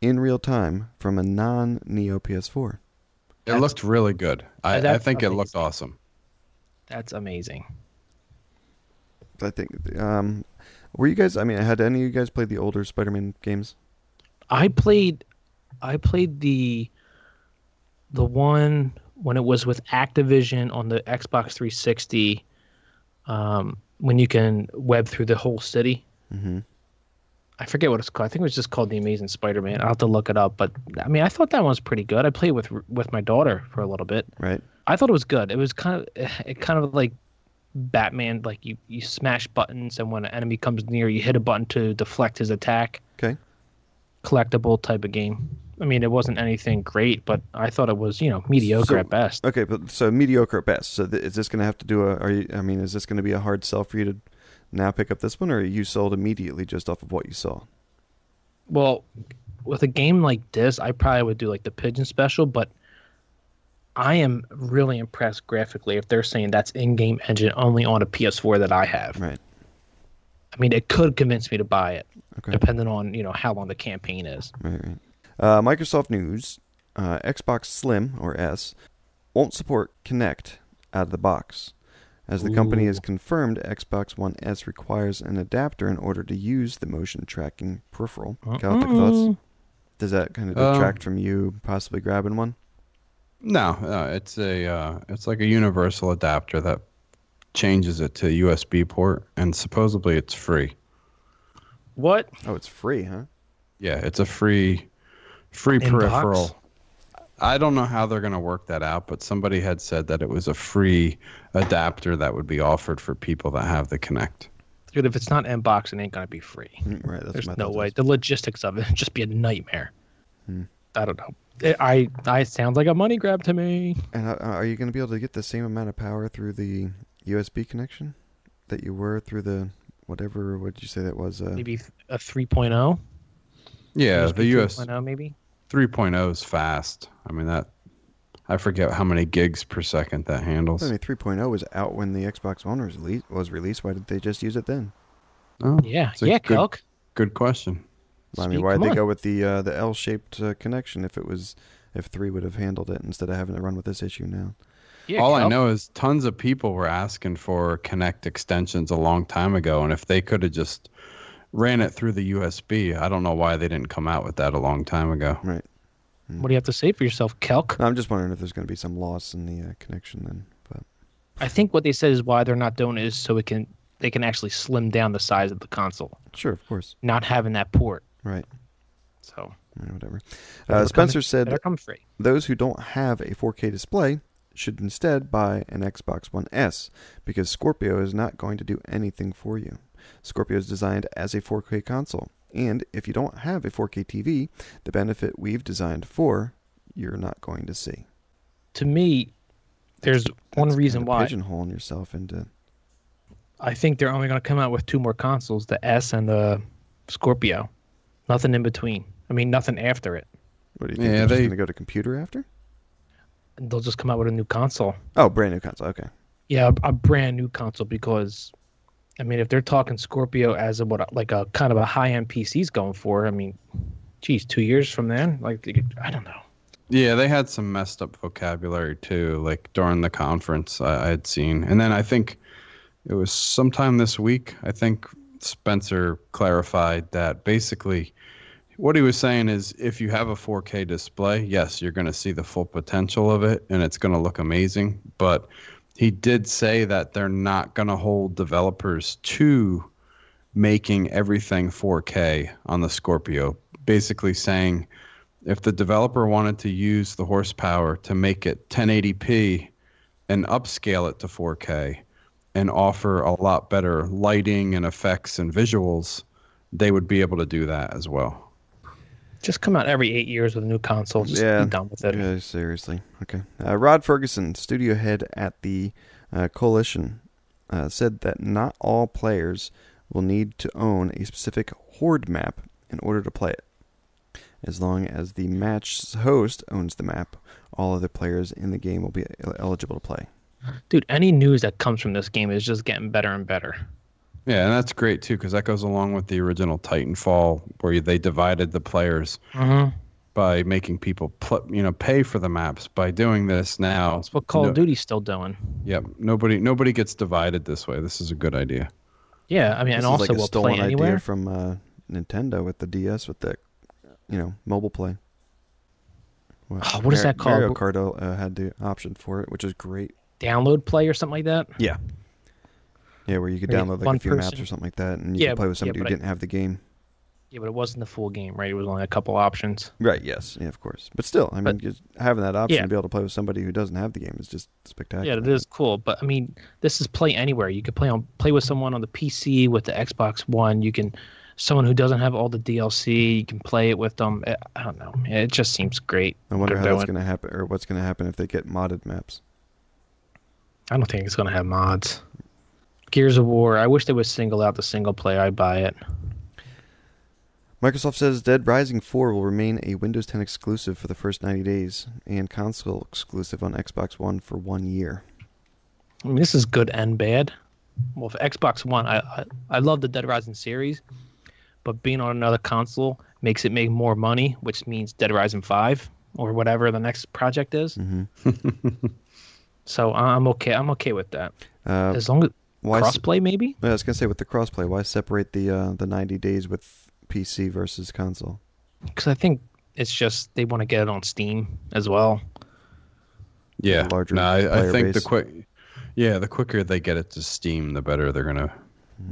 in real time from a non Neo PS4.
It looked really good. I,
Uh, that-
I think
I
it
think
looked awesome.
That's amazing.
I think. Um, were you guys? I mean, had any of you guys played the older Spider-Man games?
I played I played the the one when it was with Activision on the Xbox 360 um, when you can web through the whole city.
Mhm.
I forget what it's called. I think it was just called The Amazing Spider-Man. I'll have to look it up, but I mean, I thought that one was pretty good. I played with with my daughter for a little bit.
Right.
I thought it was good. It was kind of it kind of like Batman like you you smash buttons and when an enemy comes near you hit a button to deflect his attack
Okay.
collectible type of game. I mean, it wasn't anything great, but I thought it was, you know, mediocre
So-
at best.
Okay, but so mediocre at best. So th- is this going to have to do a? Are you? I mean, is this going to be a hard sell for you to now pick up this one, or are you sold immediately just off of what you saw?
Well, with a game like this, I probably would do like the pigeon special, but I am really impressed graphically if they're saying that's in-game engine only on a PS4 that I have.
Right.
I mean, it could convince me to buy it,
Okay.
depending on you know how long the campaign is.
Right. right. Uh, Microsoft News: uh, Xbox Slim or S won't support Kinect out of the box, as the company has confirmed Xbox One S requires an adapter in order to use the motion tracking peripheral.
Uh-uh.
Galactic thoughts? Does that kind of
Um,
detract from you possibly grabbing one?
No, no, it's a uh, it's like a universal adapter that changes it to USB port, and supposedly it's free.
What?
Oh, it's free, huh?
Yeah, it's a free free
In
peripheral.
box?
I don't know how they're going to work that out, but somebody had said that it was a free adapter that would be offered for people that have the Kinect.
Dude, if it's not inbox, it ain't gonna be free.
Mm, Right. That's
There's
my
no
thought
way.
was-
The logistics of it would just be a nightmare.
Hmm.
I don't know. It, I I it sounds like a money grab to me.
And uh, are you going to be able to get the same amount of power through the USB connection that you were through the whatever? What did you say that was? Uh,
Maybe a oh? 3.0.
Yeah,
USB
the US
3.0 oh, maybe.
3.0 is fast. I mean that I forget how many gigs per second that handles.
I mean, 3.0 was out when the Xbox One was released. Was released. Why did they just use it then?
Oh,
Yeah,
it's a
yeah,
good-
Kelk.
Good question.
I
Speak-
mean, why
come
did they
on.
go with the uh, the L-shaped uh, connection if it was if three would have handled it instead of having to run with this issue now?
Yeah,
All I
Kelk.
know is tons of people were asking for Connect extensions a long time ago, and if they could have just ran it through the USB, I don't know why they didn't come out with that a long time ago.
Right. Hmm.
What do you have to say for yourself, Kelk?
No, I'm just wondering if there's going to be some loss in the uh, connection then. But
I think what they said is why they're not doing it is so it can they can actually slim down the size of the console,
sure, of course.
not having that port.
Right.
So
Yeah, whatever.
Better
Uh,
come
Spencer
in-
said
better come free.
those who don't have a 4K display should instead buy an Xbox One S because Scorpio is not going to do anything for you. Scorpio is designed as a 4K console, and if you don't have a 4K TV, the benefit we've designed for, you're not going to see.
To me, there's one
That's
reason
kinda
why
pigeonholing yourself into
I think they're only going to come out with two more consoles, the S and the Scorpio. Nothing in between. I mean, nothing after it.
what do you think?
Yeah,
they're just
they-
going to go to computer after?
They'll just come out with a new console.
Oh, brand new console. Okay,
Yeah, a, a brand new console because, I mean, if they're talking Scorpio as a what like a kind of a high end PC's going for, I mean, geez, two years from then, like they could- I don't know.
Yeah, they had some messed up vocabulary too, like during the conference I, I had seen. And then I think it was sometime this week, I think Spencer clarified that basically what he was saying is if you have a 4K display, yes, you're going to see the full potential of it and it's going to look amazing. But he did say that they're not going to hold developers to making everything 4K on the Scorpio, basically saying if the developer wanted to use the horsepower to make it 1080p and upscale it to 4K and offer a lot better lighting and effects and visuals, they would be able to do that as well.
Just come out every eight years with a new console. Just
yeah,
be done with it.
Yeah, seriously. Okay, uh, Rod Ferguson, studio head at the uh, Coalition, uh, said that not all players will need to own a specific horde map in order to play it. As long as the match host owns the map, all other players in the game will be eligible to play.
Dude, any news that comes from this game is just getting better and better.
Yeah, and that's great too because that goes along with the original Titanfall, where they divided the players
Uh-huh.
by making people pl- you know pay for the maps. By doing this now,
That's what Call
no-
of Duty's still doing.
Yep, nobody nobody gets divided this way. This is a good idea.
Yeah, I mean, and
This is
also
like a
we'll
stolen
play anywhere.
idea from uh, Nintendo with the DS with that, you know, mobile play. Well,
Oh, what is that called?
Mario Kart uh, had the option for it, which is great.
Download play or something like that.
Yeah. Yeah, where you could
Where you-
download like
one
a few maps
person-
or something like that, and you
Yeah,
could play with
yeah,
somebody
but I-
who didn't have the game.
Yeah, but it wasn't the full game, right? It was only a couple options.
Right. Yes. Yeah. Of course. But still, I mean,
But-
just having that option
Yeah.
to be able to play with somebody who doesn't have the game is just
Yeah,
spectacular.
it is cool, but I mean, this is play anywhere. You can play on play with someone on the PC with the Xbox One. You can someone who doesn't have all the DLC. You can play it with them. I- I don't know. It just seems great.
I wonder
They're
how that's
doing-
going to happen, or what's going to happen if they get modded maps.
I don't think it's gonna have mods. Gears of War. I wish they would single out the single player. I'd buy it.
Microsoft says Dead Rising 4 will remain a Windows 10 exclusive for the first 90 days and console exclusive on Xbox One for one year.
I mean, this is good and bad. Well, for Xbox One, I, I I love the Dead Rising series, but being on another console makes it make more money, which means Dead Rising Five or whatever the next project is.
Mm-hmm.
so I'm okay. I'm okay with that
Uh,
as long as
why? se-
crossplay, maybe.
I was going to say with the crossplay, why separate the uh, the 90 days with PC versus console?
Because I think it's just they want to get it on Steam as well.
Yeah,
larger
No, I, I
player
think
base.
the quick, yeah, the quicker they get it to Steam, the better they're gonna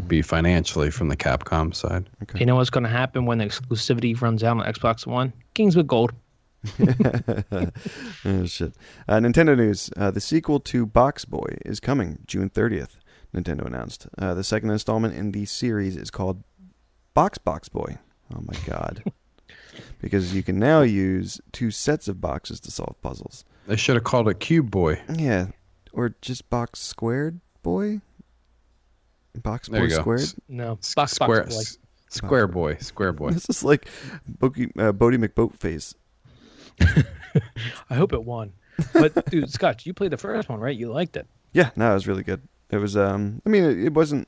be financially from the Capcom side.
Okay.
You know what's going to happen when the exclusivity runs out on Xbox One? Kings with Gold.
Oh, shit. Uh, Nintendo news: uh, the sequel to Box Boy is coming June 30th. Nintendo announced uh, the second installment in the series is called Box Box Boy. Oh my god! because you can now use two sets of boxes to solve puzzles.
They should have called it Cube Boy.
Yeah, or just box squared boy. Box
There
boy
you go.
squared.
S-
No, box
Square,
box. Boy.
s- Square Boy, Square Boy.
This is like Bokey, uh, Bodie McBoatface.
I hope it won. But dude, Scott, you played the first one, right? You liked it.
Yeah, no, it was really good. It was. Um, I mean, it, it wasn't.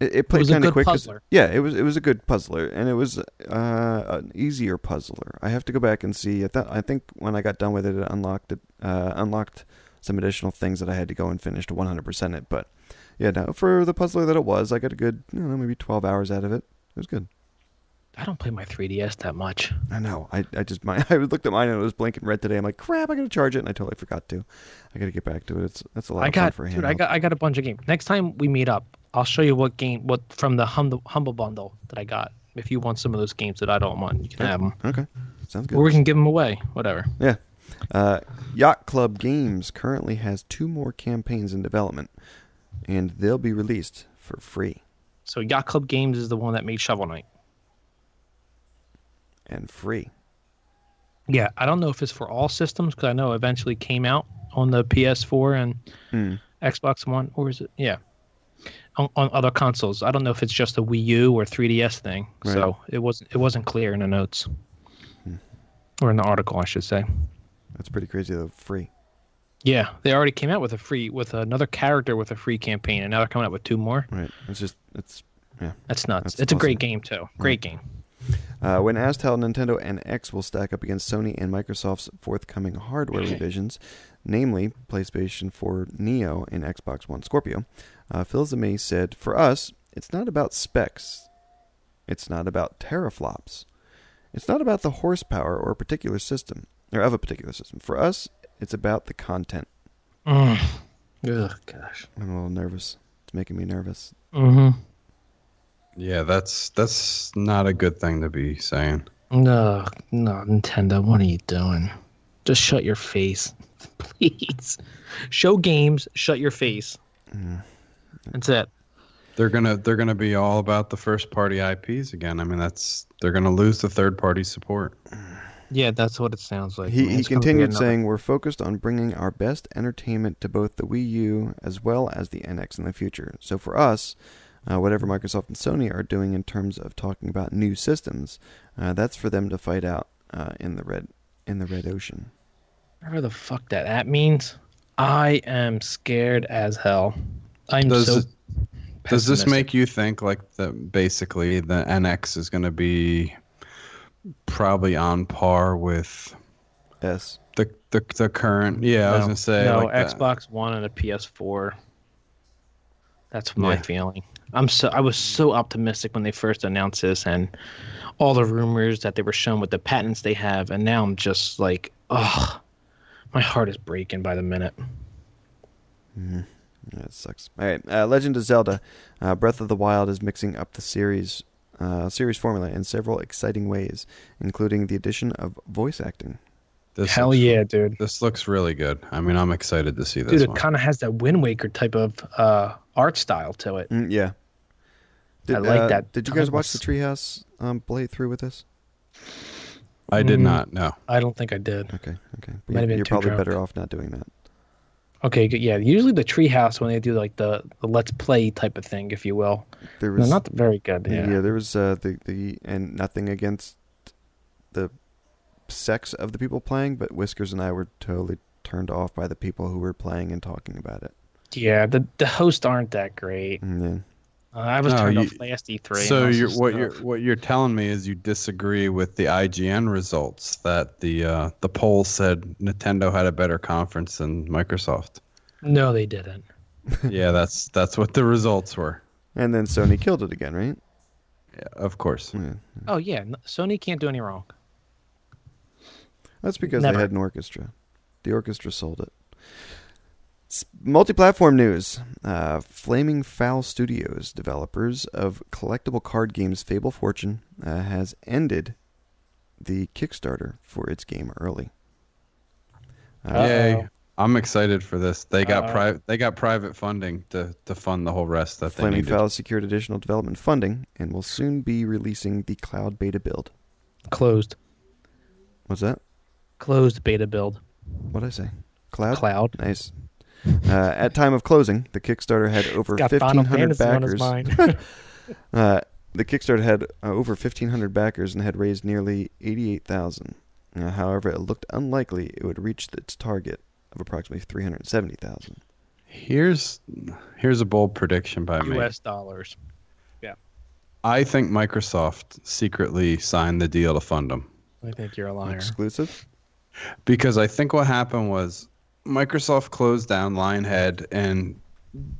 It, it played
was a
kind of
good
quick. 'cause-
puzzler.
Yeah, it was. It was a good puzzler, and it was uh, an easier puzzler. I have to go back and see. I, th- I think when I got done with it, it unlocked it uh, unlocked some additional things that I had to go and finish to 100% it. But yeah, no, for the puzzler that it was, I got a good, you know, maybe 12 hours out of it. It was good.
I don't play my 3DS that much.
I know. I, I just my I looked at mine and it was blinking red today. I'm like, crap, I gotta charge it, and I totally forgot to. I gotta get back to it. It's that's a lot
I
of fun
got
for a
dude, I
handheld.
got I got a bunch of games. Next time we meet up, I'll show you what game what from the humble humble bundle that I got. If you want some of those games that I don't want, you can have them,
Okay, sounds good.
or we can give them away. Whatever.
Yeah. Uh, Yacht Club Games currently has two more campaigns in development, and they'll be released for free
So Yacht Club Games is the one that made Shovel Knight.
and free.
Yeah, I don't know if it's for all systems because I know it eventually came out on the PS4 and Xbox One, or is it? Yeah, on, on other consoles. I don't know if it's just a Wii U or 3DS thing. So it wasn't it wasn't clear in the notes or in the article, I should say.
That's pretty crazy though. Free.
Yeah, they already came out with a free with another character with a free campaign, and now they're coming out with two more.
Right. It's just it's yeah.
That's nuts.
That's
it's a great
awesome.
game too. Great game.
Uh, when asked how Nintendo and X will stack up against Sony and Microsoft's forthcoming hardware revisions, namely PlayStation 4 Neo and Xbox One Scorpio, uh, Phil Zimay said, For us, it's not about specs. It's not about teraflops. It's not about the horsepower or a particular system, or of a particular system. For us, it's about the content.
Ugh, gosh.
I'm a little nervous. It's making me nervous.
Mm-hmm.
Yeah, that's that's not a good thing to be saying.
No, no, Nintendo, what are you doing? Just shut your face, please. Show games. Shut your face. That's it.
They're gonna they're gonna be all about the first party IPs again. I mean, that's they're gonna lose the third party support.
Yeah, that's what it sounds like.
He,
man.
he
It's gonna be
continued
another-
saying, We're focused on bringing our best entertainment to both the Wii U as well as the NX in the future. So for us, uh, whatever Microsoft and Sony are doing in terms of talking about new systems, uh, that's for them to fight out uh, in the red in the red ocean.
"Whatever the fuck that app means." I am scared as hell. I'm
Does
so
it- Does this
pessimistic.
make you think like the basically the NX is going to be probably on par with
S.
the the, the current? Yeah, I was going to say
no
like the-
Xbox One and a PS4. That's my
Yeah.
feeling. I'm so I was so optimistic when they first announced this and all the rumors that they were shown with the patents they have, and now I'm just like, ugh, my heart is breaking by the minute.
Yeah, it sucks. All right, uh, Legend of Zelda: uh, Breath of the Wild is mixing up the series uh, series formula in several exciting ways, including the addition of voice acting.
This
Hell
looks,
yeah, dude!
This looks really good. I mean, I'm excited to see this
Dude, it
one.
kind of has that Wind Waker type of uh, art style to it.
Mm, yeah. Did,
I like
uh,
that
Did you guys
timeless-
watch the Treehouse um, playthrough with us?
I did
Mm.
not know.
I don't think I did.
Okay, okay.
Might have been
You, you're
too
probably
drunk.
better off not doing that.
Okay, good- yeah. Usually the treehouse when they do like the, the let's play type of thing, if you will.
There
No,
was
not very good.
yeah.
Yeah.
there was uh, the the and nothing against the sex of the people playing, but Whiskers and I were totally turned off by the people who were playing and talking about it. Mm,
Yeah, the the hosts aren't that great.
And then,
Uh, I was
No,
turned
you-
off last E3. and
So
all this
you're, what
stuff.
you're what you're telling me is you disagree with the IGN results that the uh, the poll said Nintendo had a better conference than Microsoft.
No, they didn't.
yeah, that's that's what the results were.
and then Sony killed it again, right?
Yeah, of course.
Yeah.
Oh yeah, n- Sony can't do any wrong.
That's because
Never.
they had an orchestra. The orchestra sold it. S- multi-platform news: uh, Flaming Fowl Studios, developers of collectible card games Fable Fortune, uh, has ended the Kickstarter for its game early.
Oh.
Uh,
Yay! I'm excited for this. They got
Uh-oh.
private they got private funding to to fund the whole rest that they
Flaming
needed.
Fowl secured additional development funding and will soon be releasing the cloud beta build.
Closed,
What's that?
closed beta build.
What did I say? Cloud.
Cloud.
Nice. Uh, at time of closing, the Kickstarter had over
Got Final
1,500
Fantasy on his
backers.
mind.
Uh, the Kickstarter had uh, over 1,500 backers and had raised nearly 88,000. Uh, however, it looked unlikely it would reach its target of approximately 370,000.
Here's here's a bold prediction by me.
U.S. dollars.
I think Microsoft secretly signed the deal to fund them.
I think you're a liar.
Exclusive?
because I think what happened was Microsoft closed down Lionhead and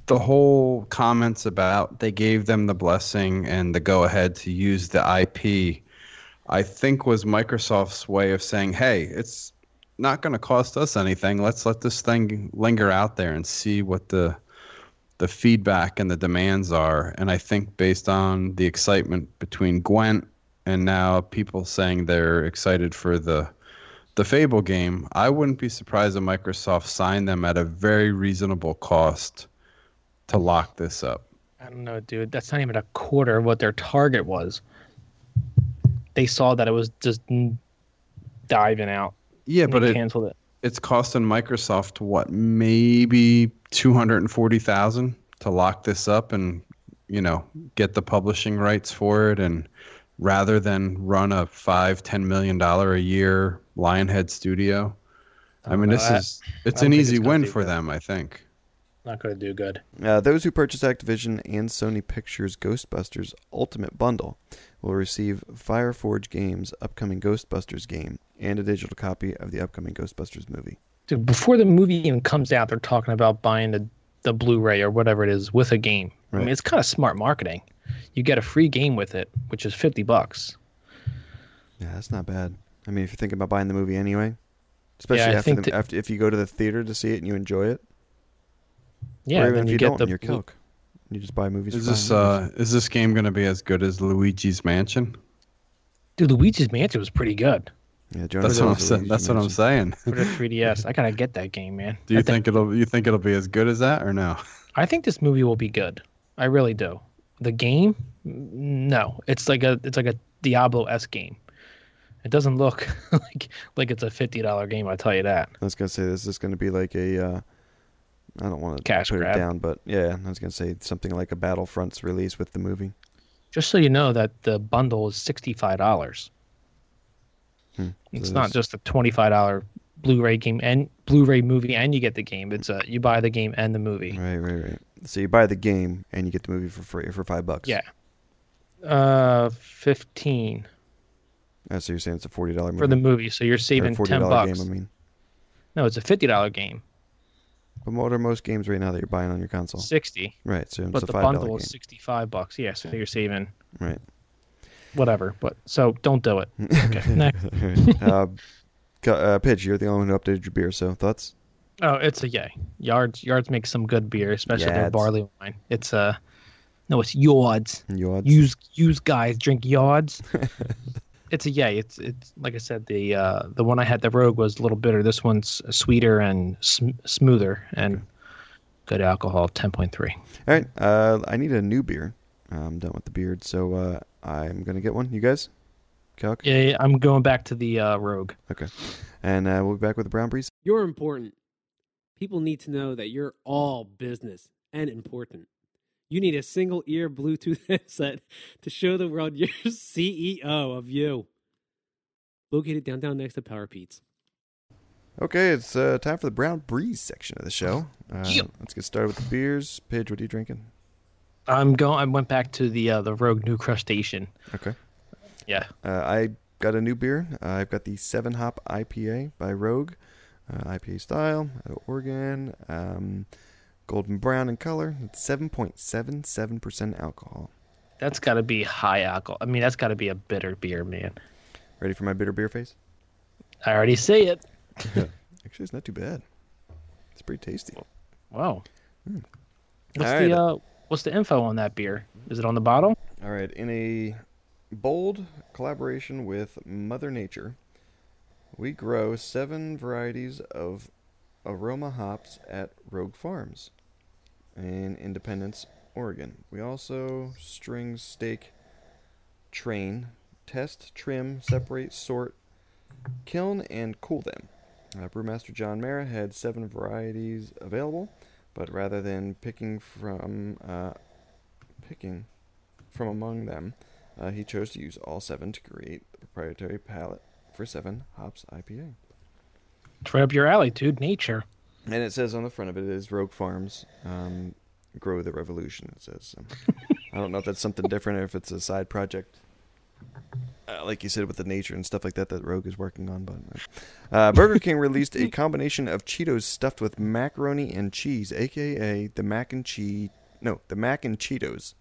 the whole comments about they gave them the blessing and the go ahead to use the IP I think was Microsoft's way of saying hey it's not going to cost us anything let's let this thing linger out there and see what the the feedback and the demands are and I think based on the excitement between Gwent and now people saying they're excited for the the Fable game, I wouldn't be surprised if Microsoft signed them at a very reasonable cost to lock this up.
I don't know, dude. That's not even a quarter of what their target was. They saw that it was just n- diving out.
Yeah,
and
but
they
it,
canceled it.
it's costing Microsoft what maybe two hundred and forty thousand to lock this up and you know get the publishing rights for it, and rather than run a five ten million dollar a year Lionhead studio. I mean,
know.
this
Uh, I-
is it's
I don't
an
think it's
easy
gonna
win
do
for
that.
them, I think.
Not going to do good.
Uh, those who purchase Activision and Sony Pictures Ghostbusters Ultimate Bundle will receive Fireforge Games' upcoming Ghostbusters game and a digital copy of the upcoming Ghostbusters movie.
Dude, before the movie even comes out, they're talking about buying the, the Blu-ray or whatever it is with a game. I
Right.
mean, it's kind of smart marketing. You get a free game with it, which is fifty bucks.
Yeah, that's not bad. I mean, if you're thinking about buying the movie anyway, especially
I
after,
think
the,
that-
after if you go to the theater to see it and you enjoy it,
Yeah,
or
and
even
then
if
you,
you,
get
don't,
the
and you're
Blu-
Coke. You just buy movies.
Is
for
this
five dollars.
uh, is this game going to be as good as Luigi's Mansion?
Dude, Luigi's Mansion was pretty good
yeah, Jonas
That's what I'm
Brothers
saying.
you
That's what I'm
mentioned.
saying.
for the 3DS. I gotta get that game, man.
Do you
I thi-
think it'll you think it'll be as good as that or no?
I think this movie will be good. I really do. The game, Mm, no, it's like a it's like a Diablo s game. It doesn't look like like it's a fifty dollar game. I tell you that.
I was gonna say this is gonna be like a. Uh, I don't want to
Cash
put
grab.
it down, but yeah, I was gonna say something like a Battlefront's release with the movie.
Just so you know that the bundle is sixty five dollars.
Hmm.
It's
So
not
this-
just a twenty five dollar Blu-ray game and Blu-ray movie, and you get the game. It's uh, you buy the game and the movie.
Right, right, right. So you buy the game and you get the movie for free for five bucks.
Yeah. Uh, fifteen
Oh, so you're saying it's a forty dollar movie
for the movie, so you're
or
saving ten
$40
bucks.
game? I mean,
No, it's a fifty dollar game.
but what are most games right now that you're buying on your console?
Sixty,
Right. So Oh. it's
but
a
the
five dollar
bundle
game.
is sixty-five bucks. Yeah, so you're saving
Right.
whatever. But so don't do it. Okay. next.
uh, cu- uh, Pitch, you're the only one who updated your beer. So thoughts?
Oh, it's a yay. Yards Yards makes some good beer, especially their
Yards.
barley wine. It's uh no, it's Yards.
And you odds?
Use use guys drink Yards. it's a yay. It's it's like I said the uh the one I had the Rogue was a little bitter. This one's sweeter and sm- smoother and good alcohol 10.3.
All right. Uh, I need a new beer. I'm done with the beard, so uh, I'm gonna get one. You guys? Calc.
Yeah, yeah, I'm going back to the uh Rogue.
Okay. And uh, we'll be back with the brown breeze.
You're important. People need to know that you're all business and important. You need a single ear Bluetooth headset to show the world you're CEO of you. Located downtown next to Power Pete's.
Okay, it's uh, time for the brown breeze section of the show. Uh,
Yeah.
Let's get started with the beers. Pidge, what are you drinking?
I'm going I went back to the uh the Rogue New Crustacean.
Okay.
Yeah.
Uh, I got a new beer. Uh, I've got the Seven Hop IPA by Rogue, uh, IPA style out of Oregon, um, golden brown in color. It's seven point seven seven percent alcohol.
That's got to be high alcohol. I mean, that's got to be a bitter beer, man.
Ready for my bitter beer face?
I already see it.
Actually, it's not too bad. It's pretty tasty.
Wow.
Hmm.
What's
Alright.
the uh, what's the info on that beer? Is it on the bottle?
All right, in a bold collaboration with Mother Nature, we grow seven varieties of aroma hops at Rogue Farms in Independence, Oregon. We also string, stake, train, test, trim, separate, sort, kiln, and cool them. Uh, Brewmaster John Mara had seven varieties available, but rather than picking from uh, picking from among them, uh, he chose to use all seven to create the proprietary palette for Seven Hops IPA.
It's right up your alley, dude. Nature.
And it says on the front of it is Rogue Farms, um, grow the revolution. It says. So I don't know if that's something different or if it's a side project, uh, like you said with the nature and stuff like that that Rogue is working on. But uh, Burger King released a combination of Cheetos stuffed with macaroni and cheese, aka the mac and cheese. No, the mac and Cheetos.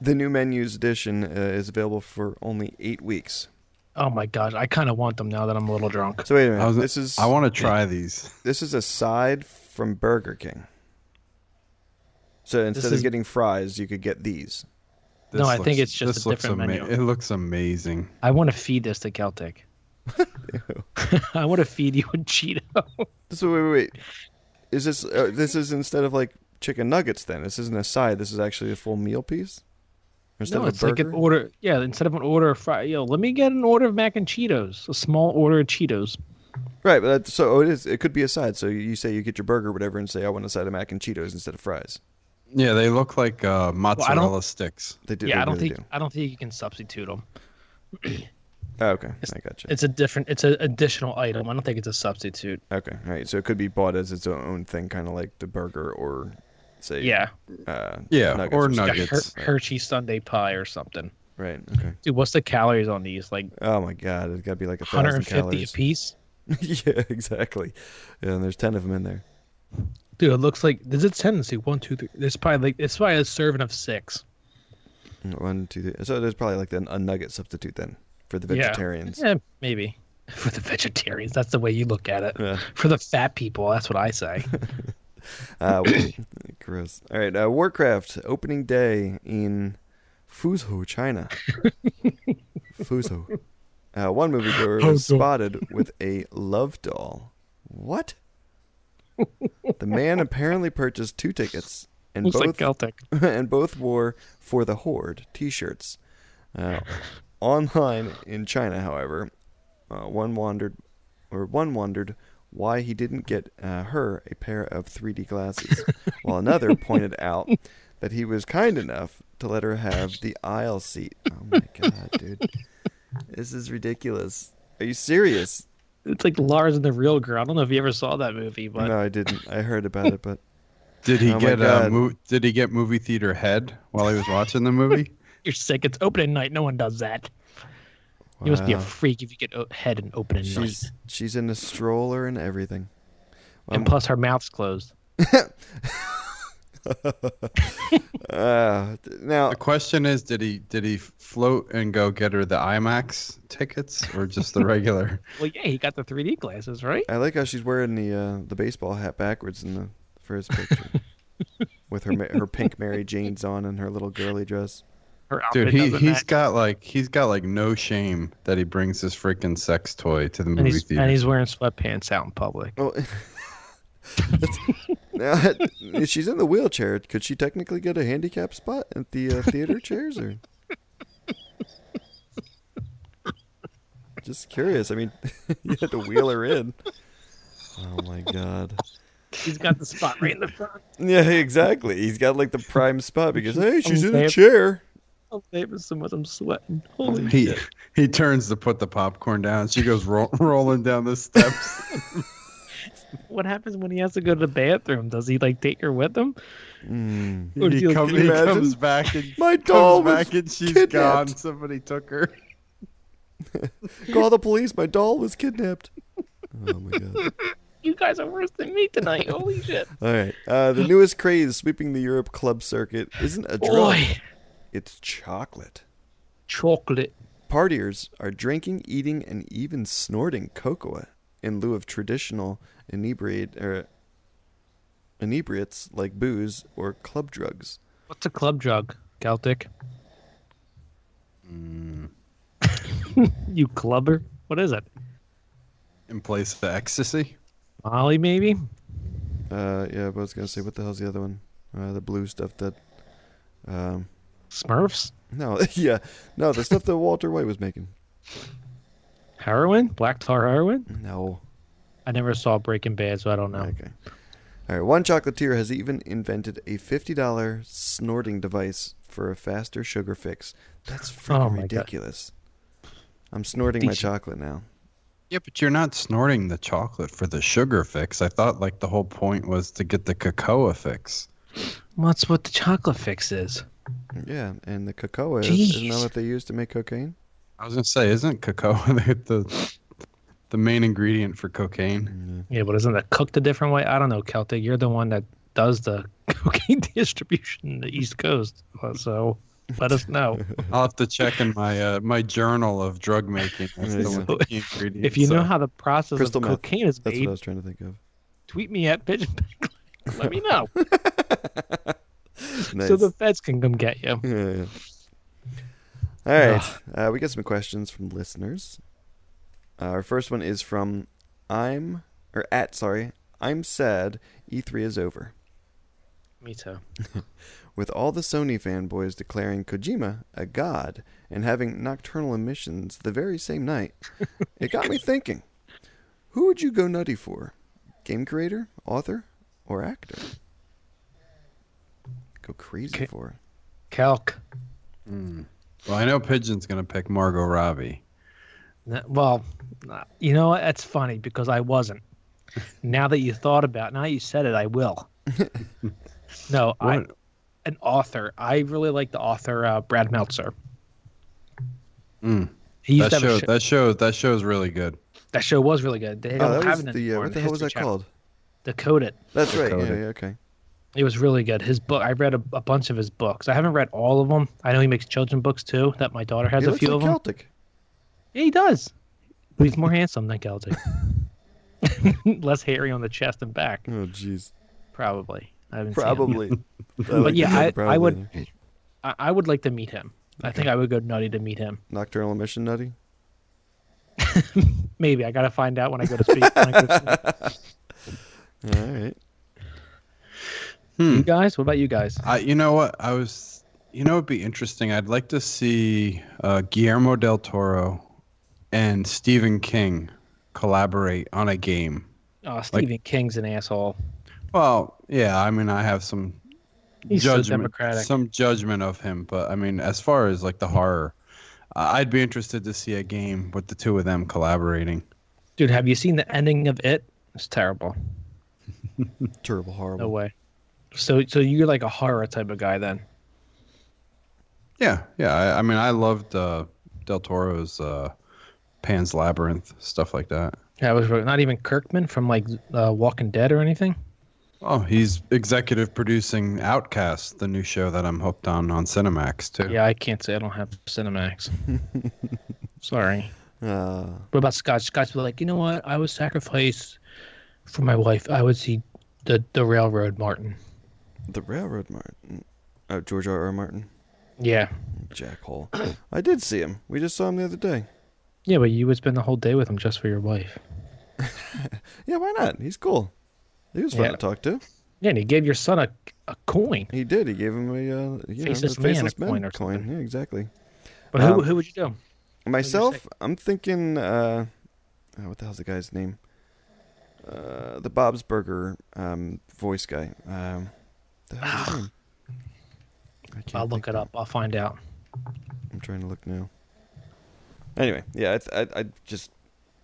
The new menus edition uh, is available for only eight weeks.
Oh my gosh, I kind of want them now that I'm a little drunk.
So wait a minute.
I was,
this is
I want to try these.
this is aside from Burger King. So instead
is-
of getting fries, you could get these.
No,
This
I think it's just
this
a
looks
different menu.
It looks amazing.
I want to feed this to Celtic. I want to feed you a Cheeto.
So wait, wait, wait. Is this uh, this is instead of like chicken nuggets? Then this isn't a side. This is actually a full meal piece. Instead
no,
of a
it's like
burger.
an order. Yeah, instead of an order of fry, yo, let me get an order of mac and Cheetos. A small order of Cheetos.
right, but that's, so oh, it is. It could be a side. So you- you say you get your burger, or whatever, and say I want a side of mac and Cheetos instead of fries.
Yeah, they look like uh, mozzarella sticks.
They do.
Yeah,
they
I don't
really
think I don't think you can substitute them.
do. Oh, okay, I gotcha.
It's a different. It's an additional item. I don't think it's a substitute.
Okay, all right. So it could be bought as its own thing, kind of like the burger, or say
Yeah,
uh,
Yeah,
nuggets
or
something.
like a Her-
uh,
nuggets.
Hershey Sunday pie or something.
Right. Okay.
Dude, what's the calories on these? Like
Oh my god, it's got to be like a thousand
150 a
calories.
piece.
yeah, exactly. Yeah, and there's ten of them in there.
Dude, it looks like there's a tendency one, two, three. There's probably like it's probably a serving of six.
One, two, three. So there's probably like an, a nugget substitute then for the
Yeah.
vegetarians.
Yeah, maybe for the vegetarians. That's the way you look at it.
Yeah.
For the fat people, that's what I say.
Uh, w- gross. All right, uh, Warcraft opening day in Fuzhou, China. Fuzhou. Uh, one movie goer was
Fuzhou.
spotted with a love doll. What? the man apparently purchased two tickets, and
Looks like
both
Celtic.
and both wore for the horde t-shirts. Uh, online in China, however, uh, one wondered, or one wondered why he didn't get uh, her a pair of 3D glasses, while another pointed out that he was kind enough to let her have the aisle seat. Oh my god, dude, this is ridiculous. Are you serious?
It's like Lars and the Real Girl. I don't know if you ever saw that movie, but
No, I didn't. I heard about it, but
Did he
Oh my
get a
God.
mo- Did he get movie theater head while he was watching the movie?
you're sick. It's opening night. No one does that. You must be a
Wow.
freak if you get o- head and opening night.
she's she's in a stroller and everything. um,
And plus, her mouth's closed.
Uh, th- now
The question is, did he did he float and go get her the IMAX tickets or just the regular?
Well, yeah, he got the 3D glasses, right?
I like how she's wearing the uh, the baseball hat backwards in the first picture, with her ma- her pink Mary Jane's on and her little girly dress.
Her outfit
Dude, he
doesn't
he's
match.
got like he's got like no shame that he brings his freaking sex toy to the
and
movie
he's,
theater.
and he's wearing sweatpants out in public.
Oh, that's- now if she's in the wheelchair. Could she technically get a handicap spot at the uh, theater chairs or? Just curious. I mean, you had to wheel her in. Oh my god.
He's got the spot right in the front.
Yeah, exactly. He's got like the prime spot because hey, she's in
Okay.
a chair.
I'm saving so much. I'm sweating. Holy
he
shit.
he turns to put the popcorn down. She goes ro- rolling down the steps.
What happens when he has to go to the bathroom? Does he like take her with him?
Mm.
Or does
he
like,
come-
Can you
he
imagine?
comes back and
My doll
comes
was
back and she's
kidnapped.
gone. Somebody took her.
Call the police. My doll was kidnapped. Oh my god.
you guys are worse than me tonight. Holy shit.
All right. Uh, the newest craze sweeping the Europe club circuit isn't a drug.
Boy,
It's chocolate.
chocolate.
Partiers are drinking, eating, and even snorting cocoa in lieu of traditional inebriate or inebriates like booze or club drugs.
What's a club drug, Celtic? Mm. you clubber? What is it?
In place of ecstasy.
Molly, maybe?
Uh, yeah, but I was gonna say, what the hell's the other one? Uh, the blue stuff that. Um,
Smurfs?
no, yeah, no, the stuff that Walter White was making.
Heroin? Black tar heroin?
No.
I never saw Breaking Bad, so I don't know.
Okay. All right. One chocolatier has even invented a fifty-dollar snorting device for a faster sugar fix. That's freaking
Oh my God.
ridiculous. I'm snorting my
Did you-
chocolate now.
Yeah, but you're not snorting the chocolate for the sugar fix. I thought like the whole point was to get the cocoa fix.
What's what the chocolate fix is?
Yeah, and the cocoa is isn't that
Jeez.
what they use to make cocaine?
I was gonna say, isn't cocoa the the, the main ingredient for cocaine?
Yeah, but isn't that cooked a different way? I don't know, Celtic. You're the one that does the cocaine distribution in the East Coast, Uh, so let us know.
I'll have to check in my uh, my journal of drug making. That's
There
the
you
one
go.
key ingredient,
If you
so-
know how the process
Crystal
of
meth.
cocaine is
That's
made,
what I was trying to think of.
tweet me at pigeon. let me know,
Nice.
so the feds can come get you.
Yeah, yeah. All right. Uh, we got some questions from listeners. Uh, our first one is from I'm or at sorry I'm sad E3 is over.
Me too.
With all the Sony fanboys declaring Kojima a god and having nocturnal emissions the very same night, it got me thinking who would you go nutty for? Game creator, author, or actor? Go crazy
Okay.
for.
Calc.
Well, I know Pigeon's gonna pick Margot Robbie.
No, Well, no, you know what? That's funny because I wasn't. Now that you thought about, now you said it, I will. no, I,
What?
an author. I really like the author uh, Brad Meltzer.
Mm.
He used
That
to have
show
a show,
that show that show is really good.
that show was really good. They
Oh,
don't
that
have
was
it
the, uh,
anymore
what
in
the hell was
History
that
Channel.
called?
Decode it.
That's right. Yeah,
Dakota.
yeah, okay.
It was really good. His book. I read a, a bunch of his books. I haven't read all of them. I know he makes children books too. That my daughter has
he
a
looks
few
like
of them.
Celtic.
Yeah, he does. But he's more handsome than Celtic. Less hairy on the chest and back,
Oh, jeez.
probably. I haven't seen him.
Probably.
But yeah, I- I would- I, I would like to meet him. I think I would go nutty to meet him.
Nocturnal emission nutty?
Maybe I gotta find out when I go to speak. when I go to speak.
All right.
You guys, what about you guys?
I you know what I was you know it'd be interesting. I'd like to see uh, Guillermo del Toro and Stephen King collaborate on a game.
Oh, Stephen King's an asshole.
Well, yeah, I mean I have some
He's
judgment,
so democratic.
some judgment of him, but I mean as far as like the horror, uh, I'd be interested to see a game with the two of them collaborating.
Dude, have you seen the ending of it? It's terrible.
Terrible,
No
horrible.
way. So so you're like a horror type of guy then.
Yeah, yeah. I, I mean, I loved uh, Del Toro's uh, Pan's Labyrinth stuff like that.
Yeah, I was really- not even Kirkman from like uh, Walking Dead or anything.
Oh, he's executive producing Outcast, the new show that I'm hooked on on Cinemax too.
Yeah, I can't say I don't have Cinemax. Sorry.
Uh,
What about Scotch? Scott's be like, you know what? I would sacrifice for my wife. I would see the the railroad Martin.
the Railroad Martin. Oh, George R. R. Martin.
Yeah.
Jackhole. I did see him. We just saw him the other day.
Yeah, but you would spend the whole day with him just for your wife.
Yeah, why not? He's cool. He was fun
Yeah.
to talk to.
Yeah, and he gave your son a, a coin.
He did. He gave him a uh, you
Faceless
know,
man,
the
a
faceless man
coin or something.
Yeah, exactly.
But who,
Um,
who would you do?
Myself, I'm thinking. Uh, oh, what the hell's the guy's name? Uh, the Bob's Burger um, voice guy. Um, the hell's
Ah.
his name? I can't
I'll look
think
it
of-
up. I'll find out.
I'm trying to look now. Anyway, yeah, I, I, I just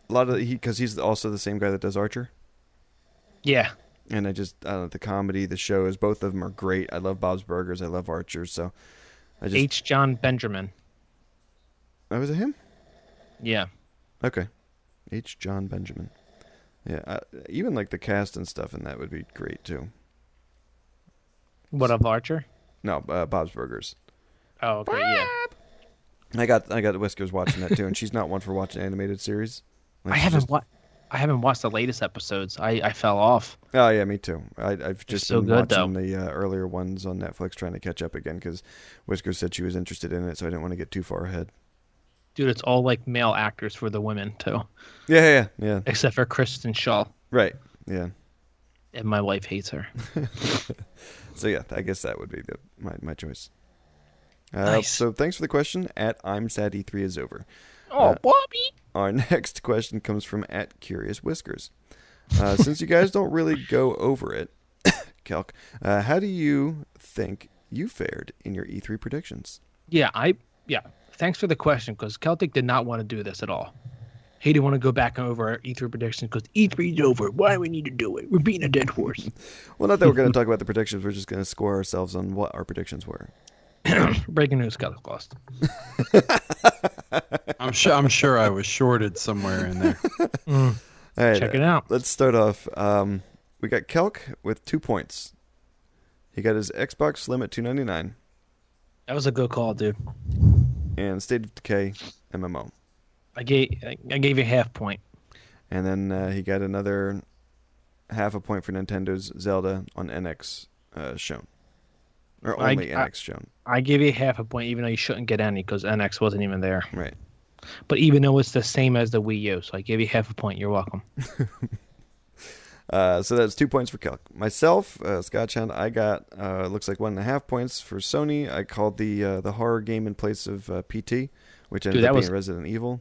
a lot of he because he's also the same guy that does Archer,
Yeah.
and I just I don't know, the comedy, the shows, both of them are great. I love Bob's Burgers. I love Archer. So I just
H. John Benjamin.
oh, was it him?
Yeah.
Okay. H. John Benjamin. Yeah, I, even like the cast and stuff in that would be great too.
What of Archer?
No, uh, Bob's Burgers.
Oh, okay. Yeah.
I got I got Whiskers watching that too, and she's not one for watching animated series. Like,
I
she
haven't
just-
wa- I haven't watched the latest episodes. I, I fell off.
Oh yeah, me too. I, I've just
so
been
good, though.
watching the uh, earlier ones on Netflix, trying to catch up again because Whiskers said she was interested in it, so I didn't want to get too far ahead.
Dude, it's all like male actors for the women too,
Yeah, yeah, yeah, yeah.
except for Kristen Shaw,
right. Yeah.
and my wife hates her.
So yeah, I guess that would be the, my my choice. Uh,
Nice.
So thanks for the question. At I'm sad E3 is over.
Oh, Bobby.
Our next question comes from at Curious Whiskers. Uh, since you guys don't really go over it, Calc, uh, how do you think you fared in your E3 predictions?
Yeah, I yeah. Thanks for the question because Celtic did not want to do this at all. He didn't want to go back over E our E3 predictions because E3 is over. Why do we need to do it? We're beating a dead horse.
Well, not that we're going to talk about the predictions. We're just going to score ourselves on what our predictions were.
Breaking news, Celtic lost.
I'm sure. I'm sure I was shorted somewhere in there.
All right,
Check it out.
Let's start off. Um, we got Kelk with two points. He got his Xbox Slim at 299
That was a good call, dude.
and State of Decay MMO.
I gave I I gave you half point.
And then uh, he got another half a point for Nintendo's Zelda on NX uh, shown. Or
I-
only
I-
NX shown.
I gave you half a point, even though you shouldn't get any because NX wasn't even there.
Right.
But even though it's the same as the Wii U, so I gave you half a point. You're welcome.
Uh, so that's two points for Kelk. Myself, uh, Scott Hound, I got uh, looks like one and a half points for Sony. I called the uh, the horror game in place of uh, PT, which ended
that
up being
was-
Resident Evil.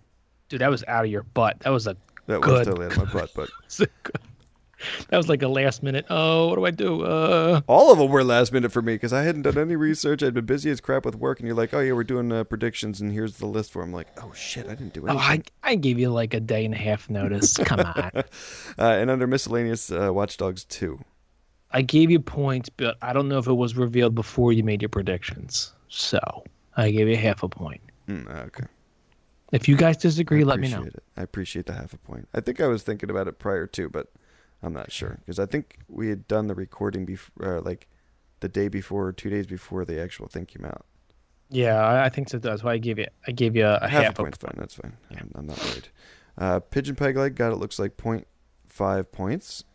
Dude, that was out of your butt. That was a
That was
Good
totally out of my butt, but
that was like a last minute. Oh, what do I do? Uh,
all of them were last minute for me because I hadn't done any research. I'd been busy as crap with work, and you're like, "Oh yeah, we're doing uh, predictions, and here's the list for." 'em." I'm like, "Oh shit, I didn't do
oh,
anything."
I I gave you like a day and a half notice. Come on.
Uh, and under miscellaneous, uh, Watch Dogs two.
I gave you points, but I don't know if it was revealed before you made your predictions. So I gave you half a point.
Mm, uh, okay,
If you guys disagree, let me know.
Appreciate it. I appreciate the half a point. I think I was thinking about it prior too, but I'm not sure because I think we had done the recording before, uh, like the day before, or two days before the actual thing came out.
Yeah, I, I think so. That's why I gave you. I gave you a,
half, a point's fine. That's fine. I'm, I'm not worried. Uh, Pigeon Peg Leg got it looks like 0.5 points.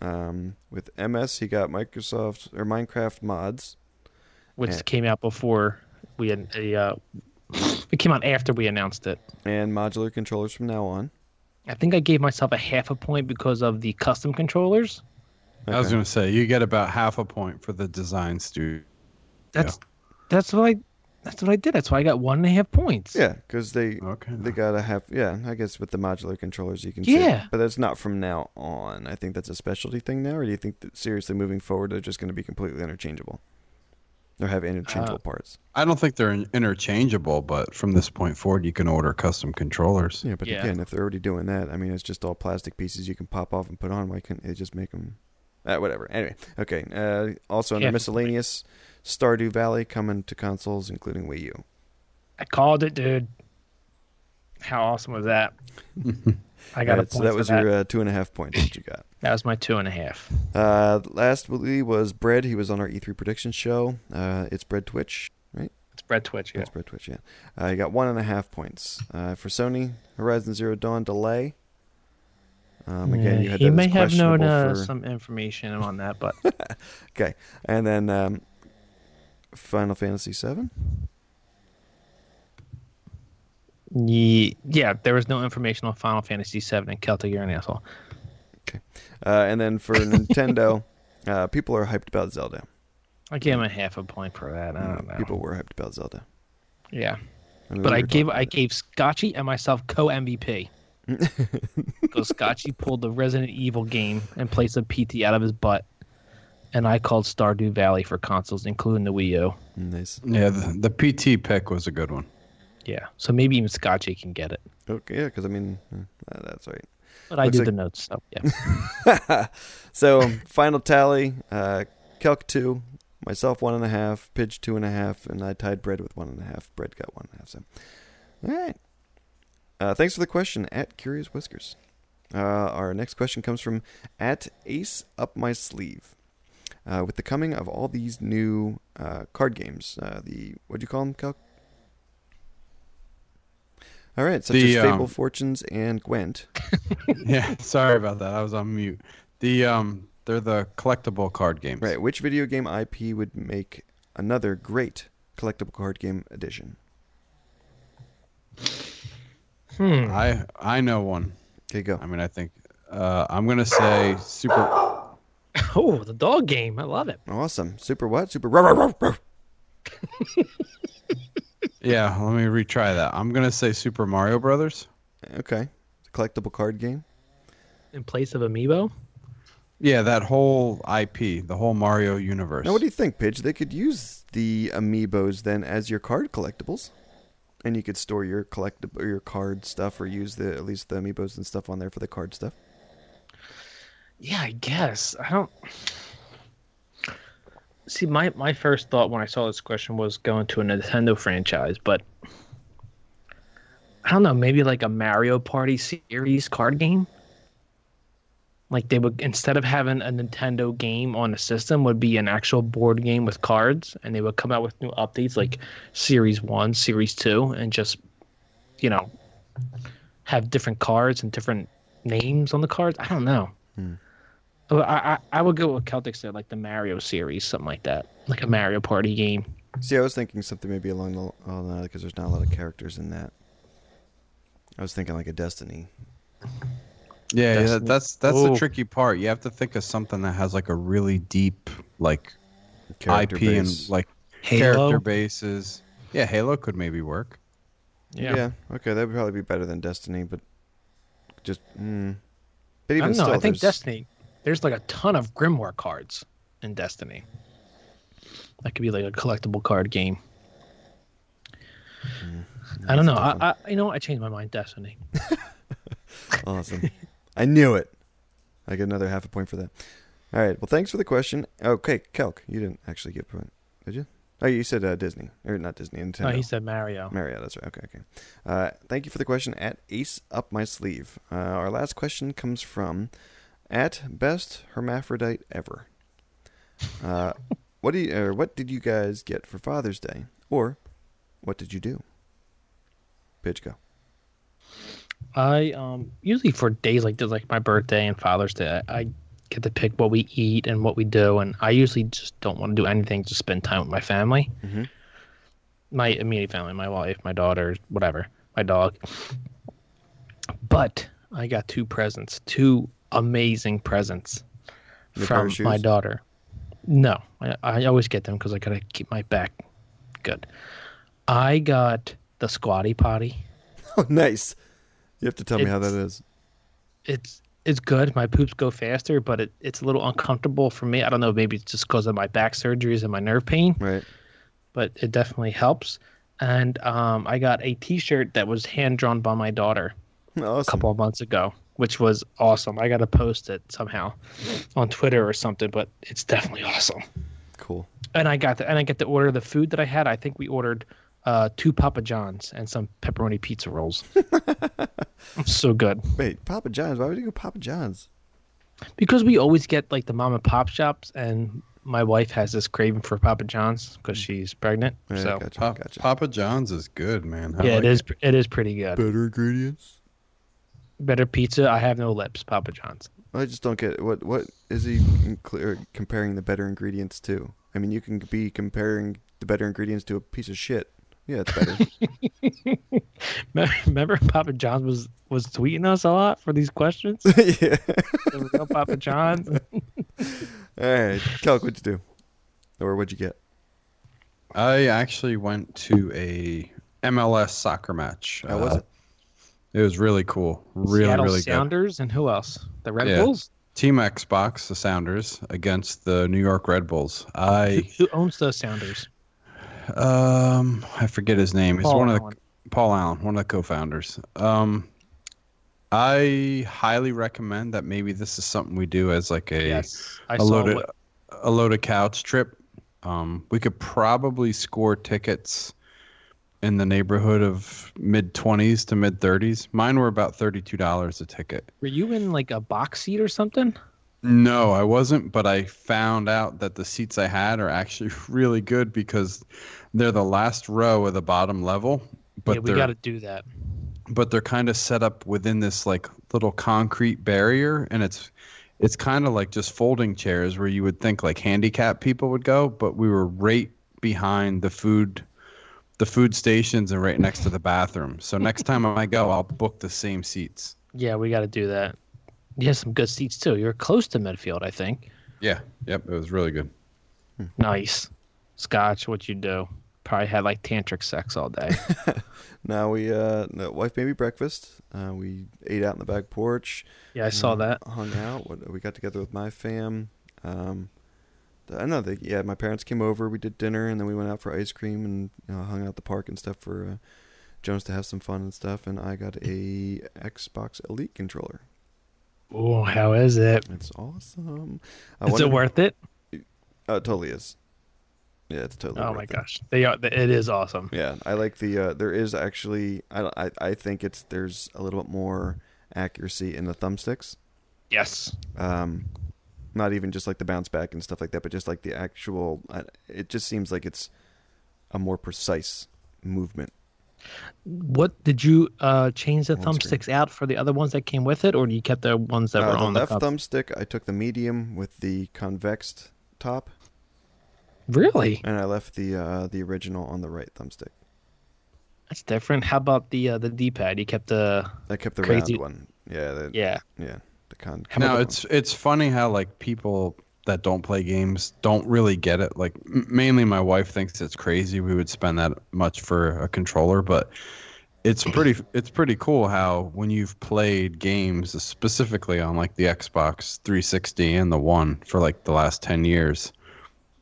Um, with MS, he got Microsoft or Minecraft mods.
which
Yeah.
came out before we had a. Uh, it came out after we announced it.
And modular controllers from now on.
I think I gave myself a half a point because of the custom controllers.
I was gonna say you get about half a point for the design studio.
That's that's what I that's what I did. That's why I got one and a half points.
Yeah, because they
Okay.
they got a half. Yeah, I guess with the modular controllers you can.
Yeah.
See, but that's not from now on. I think that's a specialty thing now. Or do you think that seriously moving forward they're just going to be completely interchangeable? They have interchangeable parts.
I don't think they're in- interchangeable, but from this point forward, you can order custom controllers.
Yeah, but
Yeah.
again, if they're already doing that, I mean, it's just all plastic pieces you can pop off and put on. Why couldn't they just make them? Uh, whatever. Anyway, okay. Uh, also, under
Can't complain.
miscellaneous, Stardew Valley coming to consoles, including Wii U.
I called it, dude. How awesome was that? I got
All
a
right,
point.
so that was
that.
your uh, two and a half points that you got.
that was my two and a half.
Uh, lastly was Bread. He was on our E3 prediction show. Uh, it's Bread Twitch, right?
It's Brett Twitch. Yeah.
It's Bread Twitch, yeah. Uh, he got one and a half points. Uh, for Sony, Horizon Zero Dawn delay. Um, again, you had
he
that as
may have known
questionable
uh,
for...
some information on that, but
Okay, and then um, Final Fantasy Seven.
ye- yeah, there was no information on Final Fantasy VII and Celtic Year and Asshole.
Uh, and then for Nintendo, uh, people are hyped about Zelda.
I gave him a half a point for that. I don't know.
People were hyped about Zelda.
yeah,
mean,
but
we
I
were
gave
talking
I
about
gave Scotchy and myself co MVP. Because Scotchy pulled the Resident Evil game and placed a PT out of his butt, and I called Stardew Valley for consoles, including the Wii U.
it. nice.
Yeah, the, the PT pick was a good one.
Yeah, so maybe even Scotchy can get it.
Okay, yeah, because I mean uh, that's right.
But I
Looks
did
like-
the notes, so yeah.
so final tally, uh, Kelk two, myself one and a half, Pidge two and a half, and I tied Bread with one and a half. Bread got one and a half. So, all right. Uh, thanks for the question at Curious Whiskers. Uh, our next question comes from at Ace Up My Sleeve. Uh, with the coming of all these new uh, card games, uh, the what do you call them, Kelk? All right, such
The,
as Fable
um,
Fortunes and Gwent.
yeah, sorry about that. I was on mute. The um, they're the collectible card games.
Right. Which video game IP would make another great collectible card game edition?
I I know one.
Okay, go.
I mean, I think uh, I'm gonna say super.
Oh, the dog game. I love it.
Awesome. Super what? Super. Ruh, ruh, ruh, ruh.
Yeah, let me retry that. I'm gonna say Super Mario Brothers.
Okay. Collectible card game.
In place of Amiibo?
Yeah, that whole IP, the whole Mario universe.
Now, what do you think, Pidge? They could use the amiibos then as your card collectibles, and you could store your collectible, your card stuff, or use the at least the amiibos and stuff on there for the card stuff.
Yeah, I guess. I don't see my my first thought when I saw this question was going to a Nintendo franchise, but I don't know, maybe like a Mario Party series card game. Like they would instead of having a Nintendo game on a system would be an actual board game with cards and they would come out with new updates like series 1, series 2 and just you know have different cards and different names on the cards. I don't know. Oh, I, I I would go with Celtics there, like the Mario series, something like that, like a Mario Party game.
See, I was thinking something maybe along the oh no, because there's not a lot of characters in that. I was thinking like a Destiny.
Yeah, yeah,
Destiny.
that's that's the
Oh.
tricky part. You have to think of something that has like a really deep like
Character
IP
base.
and like
Halo?
character bases. Yeah, Halo could maybe work.
Yeah,
Okay, that would probably be better than Destiny, but just. Mm. But
I
even
don't know.
still,
I think
there's-
Destiny. There's like a ton of Grimoire cards in Destiny. That could be like a collectible card game.
Mm,
I don't know. I, I you know what? I changed my mind. Destiny.
Awesome. I knew it. I get another half a point for that. All right. Well, thanks for the question. Okay, Kelk, you didn't actually get a point, did you? Oh, you said uh, Disney or not Disney? Nintendo.
No, Oh, he said Mario.
Mario, that's right. Okay, okay. Uh, thank you for the question at Ace Up My Sleeve. Uh, our last question comes from at Best Hermaphrodite Ever. Uh, what do you, or what did you guys get for Father's Day, or what did you do? Pitch go.
I um usually for days like this, like my birthday and Father's Day, I, I get to pick what we eat and what we do, and I usually just don't want to do anything to spend time with my family,
Mhm.
my immediate family, my wife, my daughter, whatever, my dog. But I got two presents, two amazing presents
New pair
from
of
my
shoes?
daughter. No, I, I always get them because I gotta keep my back good. I got the squatty potty.
Oh, nice. You have to tell me how that
It's-
is.
it's it's good. My poops go faster, but it, it's a little uncomfortable for me. I don't know. Maybe it's just because of my back surgeries and my nerve pain.
Right.
but it definitely helps. And um, I got a T-shirt that was hand drawn by my daughter a
Awesome.
couple of months ago, which was awesome. I got to post it somehow on Twitter or something, but it's definitely awesome.
Cool.
And I got the, and I get to order the food that I had. I think we ordered uh, two Papa Johns and some pepperoni pizza rolls. so good
Wait, Papa John's. Why would you go Papa John's?
because we always get like the mom and pop shops, and my wife has this craving for Papa Johns because she's pregnant.
Yeah,
so
gotcha,
Pop,
gotcha.
Papa John's is good, man. I
yeah,
like
it is. It is pretty good.
Better ingredients.
Better pizza. I have no lips. Papa John's.
I just don't get it. what what is he clear, comparing the better ingredients to? I mean, you can be comparing the better ingredients to a piece of shit. Yeah, it's better.
Me- Remember, Papa John's was was tweeting us a lot for these questions.
yeah.
the real Papa John's.
All right, Kelk, what'd you do, or what'd you get?
I actually went to a MLS soccer match.
How was
Uh, It
it?
was really cool. Really,
Seattle
really good.
Sounders and who else? The Red
Yeah.
Bulls.
Team Xbox, the Sounders, against the New York Red Bulls. I
Who owns those Sounders?
um I forget his name. He's
Paul
one of the
Allen.
Paul Allen, one of the co-founders. Um I highly recommend that maybe this is something we do as like a
Yes, I
a
saw
loaded
what-
a loaded couch trip. Um, we could probably score tickets in the neighborhood of mid twenties to mid thirties. Mine were about thirty two dollars a ticket.
Were you in like a box seat or something?
No, I wasn't, but I found out that the seats I had are actually really good because they're the last row of the bottom level. But
yeah, we
they're
got to do that.
but they're kind of set up within this like little concrete barrier and it's it's kind of like just folding chairs where you would think like handicapped people would go but we were right behind the food the food stations and right next to the bathroom so next time i go i'll book the same seats
Yeah, we got to do that. You had some good seats too. You're close to midfield, I think.
yeah yep it was really good
Nice. Scotch, what you do? Probably had like tantric sex all day.
Now we uh, no, wife baby breakfast. Uh, we ate out in the back porch.
Yeah, I saw
um,
that.
Hung out. What- We got together with my fam. Um, I don't know. They, yeah, my parents came over. We did dinner, and then we went out for ice cream and you know, hung out at the park and stuff for uh, Jones to have some fun and stuff. And I got a Xbox Elite controller.
Oh, how is it?
It's awesome. I
Is it
wonder-
worth it?
Oh, it totally is. Yeah, it's totally.
Oh
worth
my
it.
gosh, they are. It is awesome.
Yeah, I like the. Uh, there is actually, I, I I think it's there's a little bit more accuracy in the thumbsticks.
Yes.
Um, not even just like the bounce back and stuff like that, but just like the actual. I, it just seems like it's a more precise movement.
What did you uh, change the
One screen.
thumbsticks out for the other ones that came with it, or you kept the ones that
Uh,
were
the
on the
left
cup?
thumbstick, I took the medium with the convexed top,
Really?
and I left the uh, the original on the right thumbstick.
That's different. How about the uh, the D pad? You kept the
I kept the
Crazy.
round one. Yeah, the, yeah,
yeah.
the con.
now
con-
it's it's funny how like people that don't play games don't really get it like m- mainly my wife thinks it's crazy we would spend that much for a controller but it's pretty it's pretty cool how when you've played games specifically on like the Xbox 360 and the one for like the last 10 years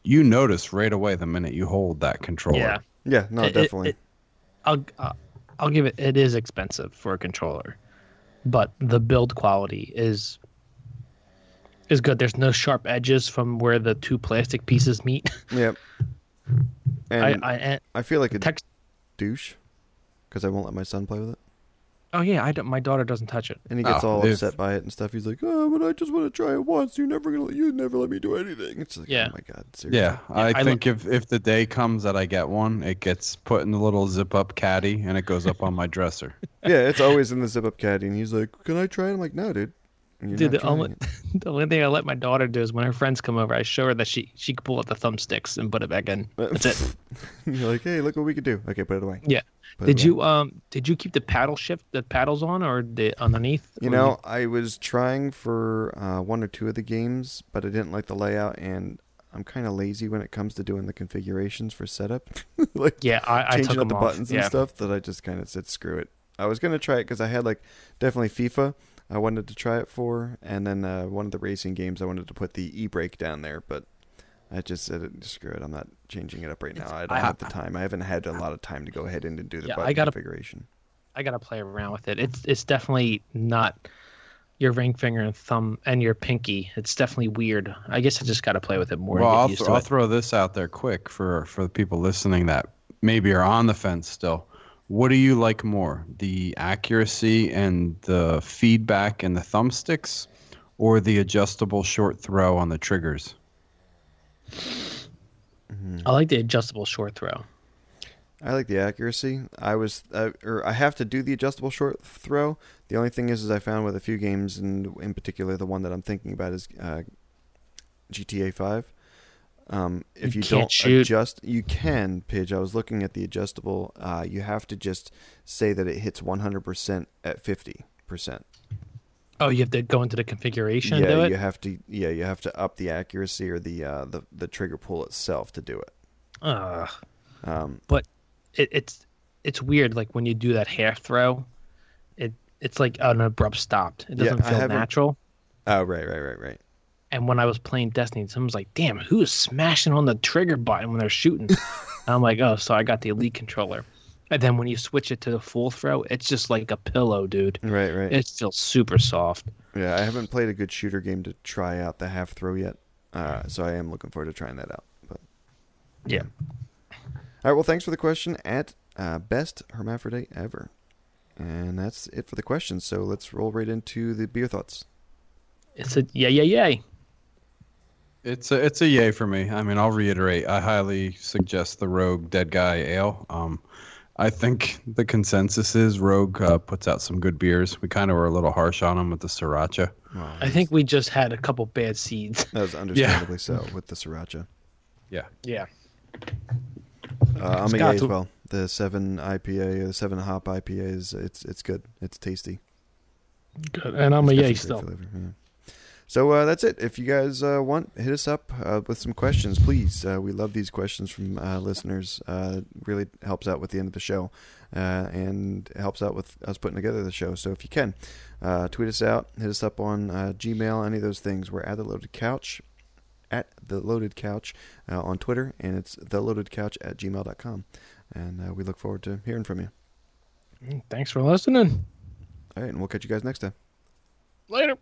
you notice right away the minute you hold that controller
Yeah.
yeah, no,
It- it-
Oh, definitely.
it- I'll uh, I'll give it. It is expensive for a controller, but the build quality is is good. There's no sharp edges from where the two plastic pieces meet.
Yep.
I,
And I,
I, and
feel like a
text.
douche because I won't let my son play with it.
Oh yeah, I don't, my daughter doesn't touch it.
And he gets
Oh,
all
if-
upset by it and stuff. He's like, "Oh, but I just want to try it once. You're never gonna, you never let me do anything." It's like,
Yeah.
"Oh my god, seriously."
yeah, I,
I lo-
think if, if the day comes that I get one, it gets put in the little zip up caddy and it goes up on my dresser.
yeah. It's always in the zip up caddy, and he's like, "Can I try it?" I'm like, "No, dude." You're
Dude,
not
the only
trying it."
the only thing I let my daughter do is when her friends come over, I show her that she she can pull out the thumbsticks and put it back in. That's it.
You're like, "Hey, look what we could do." Okay, put it away.
Yeah.
Put it
Did
away.
you um did you keep the paddle shift the paddles on or the underneath?
You
Or
know, I was trying for uh, one or two of the games, but I didn't like the layout, and I'm kind of lazy when it comes to doing the configurations for setup. like,
Yeah, I, I took
changing
them
up the
off.
buttons
yeah.
and stuff that I just kind of said screw it. I was gonna try it because I had like definitely FIFA I wanted to try it for, and then uh, one of the racing games I wanted to put the e brake down there, but I just said it. Screw it. I'm not changing it up right now. I don't
I-
have the time. I haven't had a lot of time to go ahead and do the
Yeah, I
button
gotta-
configuration.
I gotta play around with it. It's it's definitely not your ring finger and thumb and your pinky. It's definitely weird. I guess I just gotta play with it more.
Well,
and get
I'll,
used
th-
to
I'll
it.
throw this out there quick for for the people listening that maybe are on the fence still. What do you like more, the accuracy and the feedback and the thumbsticks, or the adjustable short throw on the triggers?
I like the adjustable short throw.
I like the accuracy. I was, uh, or I have to do the adjustable short throw. The only thing is, is I found with a few games, and in particular the one that I'm thinking about is uh, GTA Five. Um, if you,
You
don't
can't shoot.
adjust, you can Pidge. I was looking at the adjustable. Uh, you have to just say that it hits 100% at 50%.
Oh, you have to go into the configuration
yeah,
and do it.
you have to. Yeah, you have to up the accuracy or the uh, the the trigger pull itself to do it.
Ugh.
Um,
it, it's it's weird. Like when you do that hair throw, it it's like an abrupt stop. It
Yeah,
doesn't
I
feel
haven't-
natural.
oh, right, right, right, right.
And when I was playing Destiny, someone's like, "Damn, who's smashing on the trigger button when they're shooting?" And I'm like, "Oh, so I got the elite controller." And then when you switch it to the full throw, it's just like a pillow, dude.
Right, right.
It feels super soft.
Yeah, I haven't played a good shooter game to try out the half throw yet, uh, so I am looking forward to trying that out. But
Yeah.
all right, well, thanks for the question at uh, best hermaphrodite ever, and that's it for the questions. So let's roll right into the beer thoughts.
It's a yeah, yeah, yeah.
It's a it's a yay for me. I mean, I'll reiterate. I highly suggest the Rogue Dead Guy Ale. Um, I think the consensus is Rogue uh, puts out some good beers. We kind of were a little harsh on them with the sriracha.
Wow,
I think we just had a couple bad seeds.
that was understandably so with the sriracha.
Yeah,
Yeah.
Uh, I'm a yay
Scott's-
as well. The seven IPA, the seven hop IPA is it's it's good. It's tasty.
Good. And I'm a
It's got
yay
some
still.
great flavor, yeah. So uh, that's it. If you guys uh, want, hit us up uh, with some questions, please. Uh, we love these questions from uh, listeners. Uh, it really helps out with the end of the show, uh, and helps out with us putting together the show. So if you can, uh, tweet us out, hit us up on uh, Gmail, any of those things. We're at the Loaded Couch, at the Loaded Couch uh, on Twitter, and it's the Loaded Couch at gmail.com. And uh, we look forward to hearing from you.
Thanks for listening.
All right, and we'll catch you guys next time.
Later.